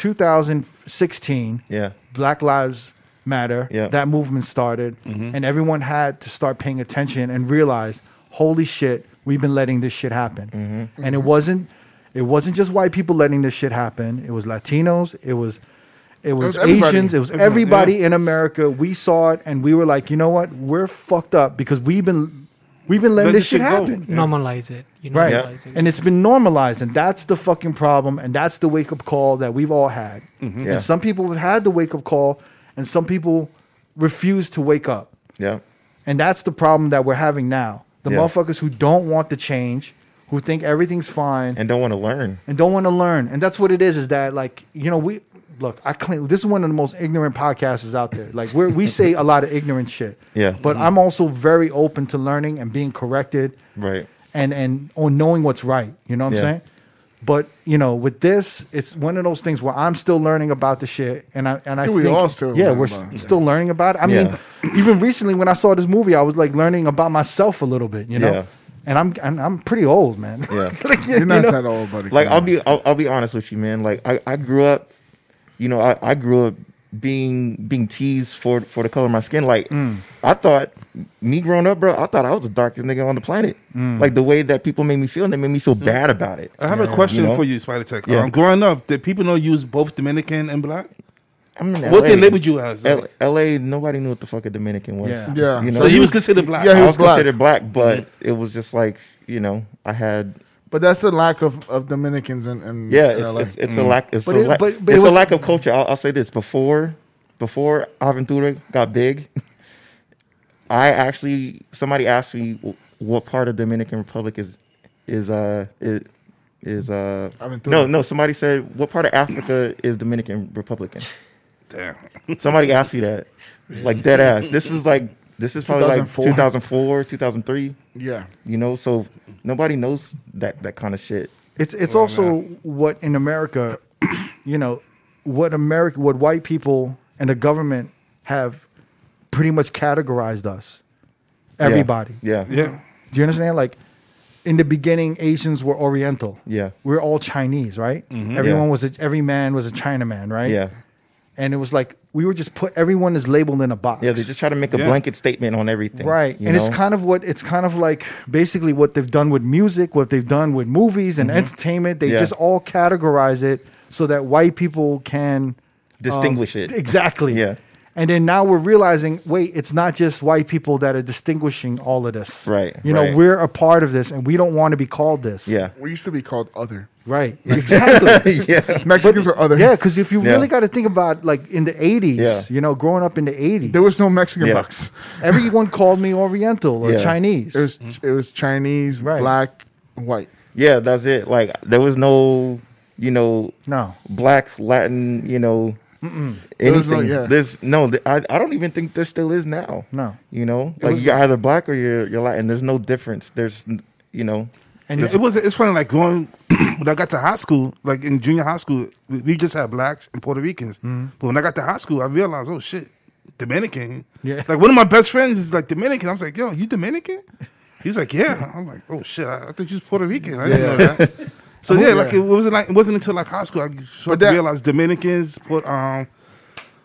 2016
yeah,
Black Lives Matter.
Yeah.
That movement started,
Mm-hmm.
and everyone had to start paying attention and realize, holy shit, we've been letting this shit happen.
Mm-hmm.
And it wasn't, it wasn't just white people letting this shit happen. It was Latinos. It was, it was,
was everybody.
Asians. It was
Everyone,
everybody in America. We saw it, and we were like, you know what? We're fucked up because we've been, we've been letting
Let
this shit
this shit go.
happen.
Normalize it. You normalize
Right.
it.
And it's been normalized. And that's the fucking problem. And that's the wake up call that we've all had.
Mm-hmm. Yeah.
And some people have had the wake up call, and some people refuse to wake up.
yeah.
And that's the problem that we're having now. The
Yeah.
motherfuckers who don't want to change, who think everything's fine
and don't want to learn.
and don't want to learn. And that's what it is. Is that like you know we look? I claim this is one of the most ignorant podcasts out there. Like we we say a lot of ignorant shit.
Yeah.
But I'm also very open to learning and being corrected.
Right.
And and on knowing what's right. You know what I'm
Yeah.
saying? But you know, with this, it's one of those things where I'm still learning about the shit, and I and I
Dude, we
think-
all still
yeah,
learn
we're
about it.
s- still learning about it. I
Yeah.
mean, even recently when I saw this movie, I was like learning about myself a little bit, you know.
Yeah.
And I'm, I'm I'm pretty old, man.
Yeah.
like, you
You're not
know?
that old, buddy.
like
Come
I'll
on.
be I'll, I'll be honest with you, man. Like I, I grew up, you know, I, I grew up being being teased for for the color of my skin. Like
Mm.
I thought me growing up, bro, I thought I was the darkest nigga on the planet. Like the way that people made me feel, and they made me feel bad about it.
Mm. I have a question
You know?
for you, Spider Tech.
Yeah.
Um, growing up, did people know you was both Dominican and black?
I'm in
What
LA.
they labeled you as?
L- LA, nobody knew what the fuck a Dominican was.
Yeah.
Yeah.
You know,
so you was considered black.
Yeah, he
I
was
was
black.
considered black, but it was just like you know, I had
But that's the lack of, of Dominicans and, and
Yeah, it's it's, it's a lack. It's,
But
a,
it-
lack,
but- but it
it's
was-
a lack of culture. I'll, I'll say this before before Aventura got big, I actually somebody asked me wh- what part of Dominican Republic is is uh is, is uh
Aventura.
no no somebody said what part of Africa is Dominican Republican.
Damn.
Somebody asked me that like dead ass. This is like this is probably like
2004.
2004 2003.
yeah.
You know, so nobody knows that that kind of shit.
It's it's also what in America, you know, what America, what white people and the government have pretty much categorized us.
Yeah.
Everybody.
Yeah.
Yeah.
Do you understand? Like in the beginning, Asians were Oriental.
Yeah. Mm-hmm.
We're all Chinese, right? Everyone was a, every man was a Chinaman, right?
Yeah.
And it was like we were just put everyone is labeled in a box.
Yeah, they just try to make a
Yeah.
blanket statement on everything.
Right.
you
And it's
know?
kind of what it's kind of like basically what they've done with music, what they've done with movies and entertainment. They
Mm-hmm. Yeah.
just all categorize it so that white people can
distinguish
um,
it.
Exactly.
Yeah.
And then now we're realizing, wait, it's not just white people that are distinguishing all of this.
Right,
You know,
right.
we're a part of this and we don't want to be called this.
Yeah.
We used to be called other.
Right. Exactly.
yeah.
Mexicans were other.
yeah, because if you
Yeah.
really got to think about like in the 80s,
Yeah.
you know, growing up in the 80s,
There was no Mexican
Yeah.
bucks.
everyone called me Oriental or
Yeah.
Chinese.
It was it was Chinese,
Right.
black, white.
Yeah, that's it. Like there was no, you know,
no.
black Latin, you know,
There was no-
anything.
yeah.
There's no th- I, I don't even think there still is now.
No.
You know? Like you're either black or you're you're Latin. There's no difference. There's n- you know.
And
It was. It's funny. Like growing when I got to high school, like in junior high school, we, we just had blacks and Puerto Ricans. But when I got to high school, I realized, oh shit, Dominican.
Yeah.
Like one of my best friends is like Dominican. I was like, yo, you Dominican? He's like, yeah. I'm like, oh shit, I, I thought you was Puerto Rican. I didn't know that. So yeah, like it wasn't like it wasn't until like high school I started to
that-
realize Dominicans, Put um,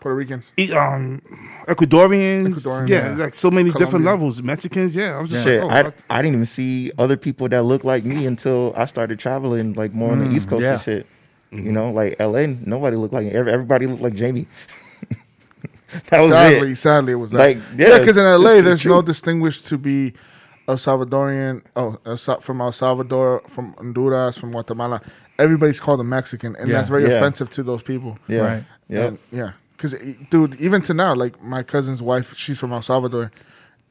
Puerto Ricans.
E- um Ecuadorians,
Ecuadorians,
yeah,
yeah.
like so many different
Colombian.
levels. Mexicans, yeah. I was just
Shit,
like, oh,
I,
I-
I didn't even see other people that look like me until I started traveling like more on the East Coast
Mm, yeah.
and shit. You know, like LA, nobody looked like every- everybody looked like Jamie. that was
Sadly,
it.
sadly, it was that.
Oh, Like, yeah,
because in LA,
it's
there's
true.
no distinguished to be El Salvadorian. Oh, El Sa- from El Salvador, from Honduras, from Guatemala. Everybody's called a Mexican, and
Yeah.
that's very
Yeah.
offensive to those people.
Yeah.
Right.
Yeah.
And, yeah. Because, dude, even to now, like my cousin's wife, she's from El Salvador,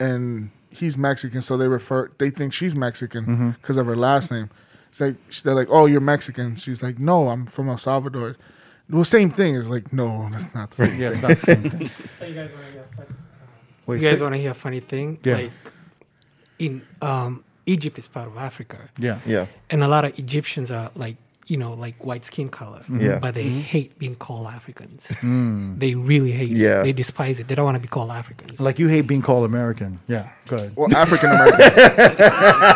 and he's Mexican, so they refer, they think she's
Mm-hmm.
Mexican because of her last name. It's like sh- they're like, "Oh, you're Mexican." She's like, "No, I'm from El Salvador." Well, same thing. It's like, no, that's not the same.
Yeah, it's not the same thing.
So you guys want to hear a funny? um,
Wait,
you guys
say-
want to hear a funny thing?
Yeah.
Like in um, Egypt is part of Africa,
yeah.
Yeah.
and a lot of Egyptians are like you know like white skin color,
Mm-hmm.
Yeah.
but they hate being called Africans.
Mm.
They really hate.
Yeah.
it. they despise it. They don't want to be called Africans.
Like you hate being called American. Yeah, good.
Well, African American.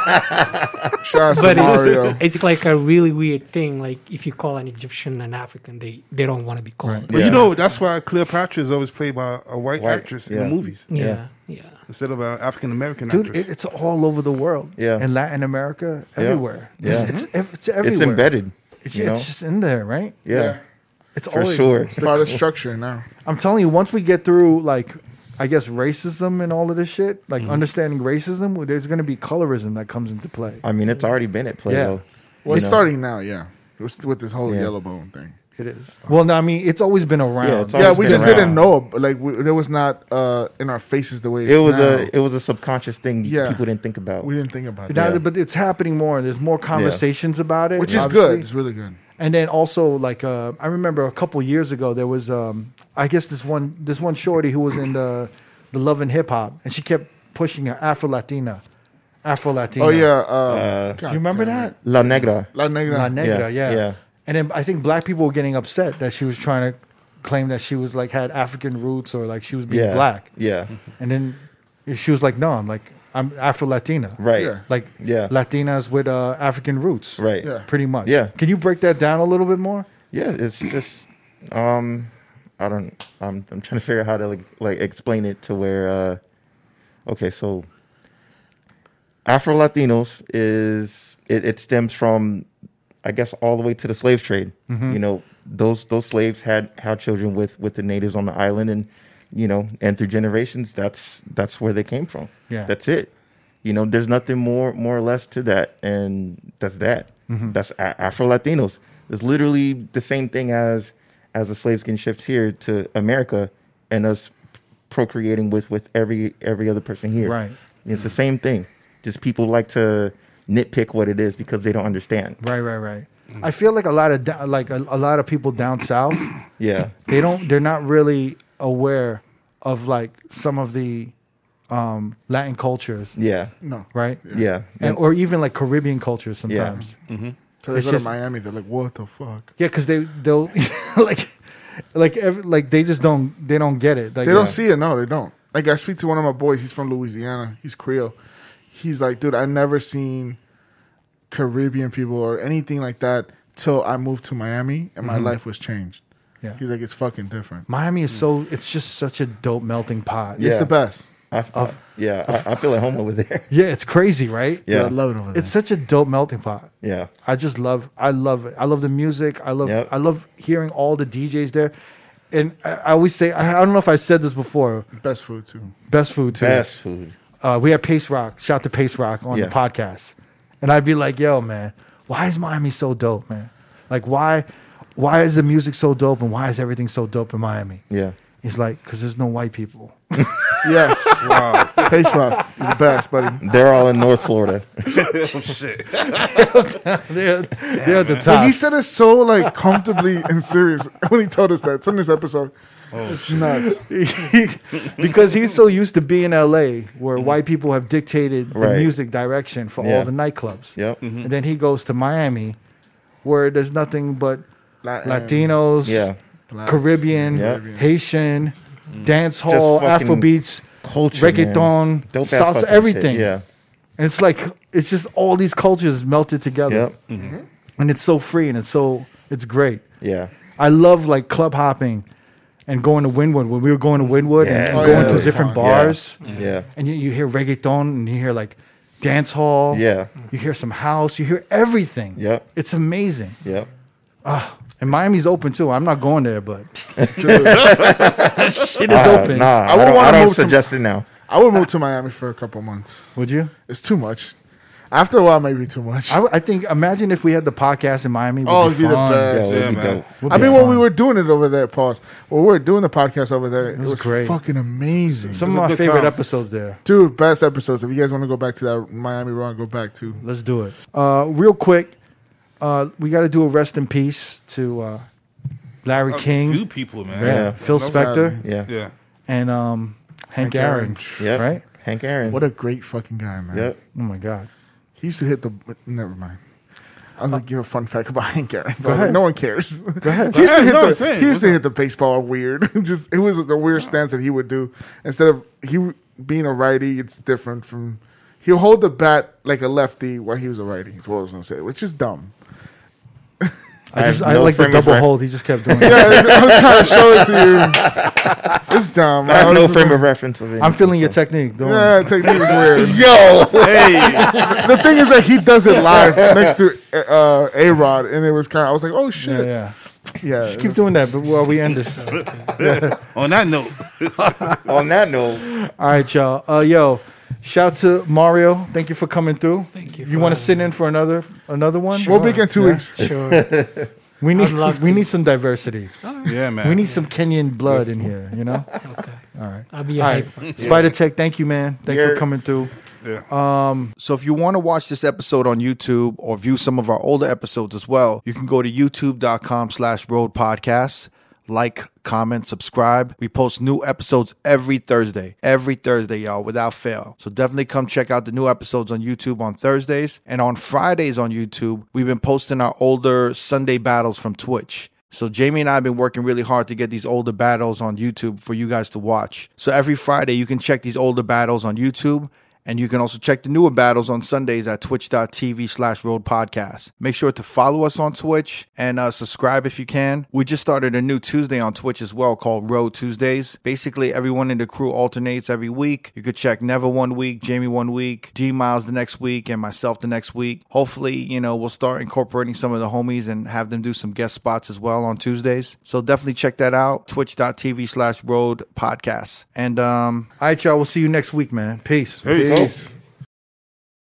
Shout out to
but
Mario.
it's, it's like a really weird thing. Like if you call an Egyptian an African, they they don't want to be called.
But
Yeah.
you know, that's why Cleopatra is always played by a white,
White,
actress in
yeah.
the movies
Yeah,
Yeah.
yeah.
instead of an African American
Dude,
actress.
it, it's all over the world.
Yeah.
In Latin America, everywhere.
Yeah.
It's, it's, it's everywhere.
It's embedded.
It's,
you know?
it's just in there, right?
yeah,
Yeah.
It's
for
all
sure.
It's part of structure now.
I'm telling you, once we get through, like, I guess racism and all of this shit, like
Mm-hmm.
understanding racism, well, there's going to be colorism that comes into play.
I mean, it's already been at play
Yeah.
though.
Well,
you
it's
know?
starting now, yeah. It was with this whole
Yeah.
yellow bone thing.
It is. Well, no, I mean, it's always been around.
Yeah, it's
Yeah,
always
we
been
just
around.
didn't know. but, Like we, it was not uh, in our faces the way it's
It was
now.
a it was a subconscious thing
Yeah.
people didn't think about.
we didn't think about
Now
it,
that- but it's happening more, and there's more conversations about it,
which is
obviously.
good. It's really good.
And then also, like, uh, I remember a couple years ago, there was, um, I guess, this one, this one shorty who was in the, the Love and Hip Hop, and she kept pushing her Afro Latina, Afro Latina.
Oh yeah, uh,
do you remember that?
La Negra.
La Negra.
La Negra,
Yeah,
yeah.
yeah.
And then I think black people were getting upset that she was trying to claim that she was like had African roots or like she was being
Yeah.
black. Mm-hmm.
Yeah.
And then she was like, "No, I'm like I'm Afro Latina,
Right.
Yeah.
Like
Yeah.
Latinas with uh, African roots,
Right.
Yeah.
Pretty much.
Yeah.
Can you break that down a little bit more?
yeah it's just um i don't i'm, I'm trying to figure out how to like, like explain it to where uh okay so afro latinos is it, it stems from i guess all the way to the slave trade
Mm-hmm.
you know those those slaves had had children with with the natives on the island and you know and through generations that's that's where they came from
Yeah.
that's it you know there's nothing more more or less to that and that's that
Mm-hmm.
that's afro latinos it's literally the same thing as as the slaves getting shipped here to america and us procreating with with every every other person here
Right.
it's the same thing just people like to nitpick what it is because they don't understand
Right, right, right. I feel like a lot of da- like a, a lot of people down south,
yeah
they don't they're not really aware of like some of the um, Latin cultures,
yeah
No,
right?
yeah
And, or even like Caribbean cultures sometimes.
Mm. so they
It's
go
just-
to Miami. They're like, what the fuck?
Yeah, because they they'll like like every, like they just don't they don't get it. Like,
They don't
yeah.
see it. No, they don't. Like I speak to one of my boys. He's from Louisiana. He's Creole. He's like, dude, I've never seen Caribbean people or anything like that till I moved to Miami and my life was changed.
Yeah.
He's like, it's fucking different.
Miami is so it's just such a dope melting pot.
Yeah.
It's the best.
I, I, yeah I, I feel at home over there
yeah, it's crazy, right?
Dude,
yeah
I love it over there.
It's such a dope melting pot.
yeah
I just love I love it. I love the music. I love
Yep.
I love hearing all the DJs there. And I, I always say I, I don't know if I've said this before.
best food too.
Best food too.
fast food
Uh, we had Pace Rock. Shout to Pace Rock on
Yeah.
the podcast. And I'd be like, "Yo, man, why is Miami so dope, man? Like, why, why is the music so dope, and why is everything so dope in Miami?"
yeah
He's like, "Cause there's no white people."
Yes. wow. Pace rock. You're the best, buddy.
they're all in north florida
Oh, shit.
they're, they're at the
But
top.
he said it so like comfortably and serious when he told us that. It's in this episode.
Oh,
it's nuts.
because he's so used to being in LA, where white people have dictated the
Mm-hmm. Right.
music direction for
Yeah.
all the nightclubs.
Yep.
And then he goes to Miami, where there's nothing but Latinos,
yeah
Blacks.
Caribbean,
Yeah. Mm-hmm.
Haitian, dance hall,
fucking
Afrobeats,
culture man.
reggaeton,
Dope-ass
salsa,
fucking
everything.
shit. yeah
And it's like it's just all these cultures melted together.
Yep.
And it's so free and it's so it's great.
yeah
I love like club hopping and going to Wynwood when we were going to Wynwood
Yeah.
and
Oh,
going
yeah, that
to
was
different
fun.
Yeah.
bars.
yeah
And you, you hear reggaeton and you hear like dance hall.
Yeah.
You hear some house. You hear everything.
Yep.
It's amazing.
yep
And Miami's open too. I'm not going there, but shit is
Uh,
open.
nah i,
wouldn't
don't,
wanna
I don't
move to-
suggest it now
I would move to Miami for a couple months.
Would you?
It's too much. After a while, maybe too much.
I, w- I think. Imagine if we had the podcast in Miami. it would
Oh, it'd be the
fun.
yeah,
best.
it would
Yeah,
be
man.
dope.
Would
I
be
mean, when we
fun.
were doing it over there, pause. When we were doing the podcast over there, it was,
was great.
fucking amazing.
some of
It was a
my
good
favorite
time.
episodes there.
Dude, best episodes. If you guys want to go back to that Miami run, go back to.
Let's do it. Uh, real quick, uh, we got to do a rest in peace to uh,
Oh,
Larry King,
Few people, man.
yeah,
Yeah.
Phil
Those
Spector,
yeah
Yeah.
and um, Hank,
Hank
Aaron.
Aaron.
Yep.
Right?
Hank Aaron.
What a great fucking guy, man.
yep.
Oh my God.
He used to hit the. Never mind. I was gonna give a fun fact about Hank Aaron. but
ahead.
No one cares. He used
ahead.
to hit
No,
the
it's him.
he used to
What's
hit the baseball weird. Just it was the weird stance that he would do. Instead of he w- being a righty, it's different from he'll hold the bat like a lefty while he was a righty. Is what I was gonna say, which is dumb.
I,
I
just
have
I
no
like the
frame of
double
ref-
hold. He just kept doing.
Yeah,
it.
it's- I was trying to show it to you. It's dumb.
I have
was
no
just-
frame of reference of it.
I'm feeling your technique. Don't worry.
Yeah, technique was weird.
Yo,
The thing is that he does it live next to uh, A Rod, and it was kind of I was like, oh
Yeah,
shit, yeah.
yeah. Just keep doing that, but while we end this. All
On that note,
on that note,
right, y'all. Uh, yo, shout to Mario. Thank you for coming through.
Thank you
You
for
want to
having
sit in for another another one?
We'll be back in two
Yeah.
weeks.
Sure.
We need
love
we
to.
need some diversity.
Yeah, man.
We need some Kenyan blood in here, you know?
It's okay.
All right.
I'll be
All
your
right.
hype.
Spider Tech, thank you, man. Thanks for
You're-
coming through.
So if you want to watch this episode on YouTube or view some of our older episodes as well, you can go to youtube.com slash road podcasts. Like, comment, subscribe. We post new episodes every Thursday. Every Thursday, y'all, without fail. So definitely come check out the new episodes on YouTube on Thursdays. And on Fridays on YouTube, we've been posting our older Sunday battles from Twitch. So Jamie and I have been working really hard to get these older battles on YouTube for you guys to watch. So every Friday you can check these older battles on YouTube and you can also check the newer battles on Sundays at twitch.tv slash road podcast. Make sure to follow us on Twitch and uh, subscribe if you can. We just started a new Tuesday on Twitch as well called Road Tuesdays. Basically, everyone in the crew alternates every week. You could check Never one week, Jamie one week, D Miles the next week, and myself the next week. Hopefully, you know, we'll start incorporating some of the homies and have them do some guest spots as well on Tuesdays. So definitely check that out. Twitch.tv slash road podcast. And um,
All right, y'all. We'll see you next week, man. Peace.
Peace.
Peace.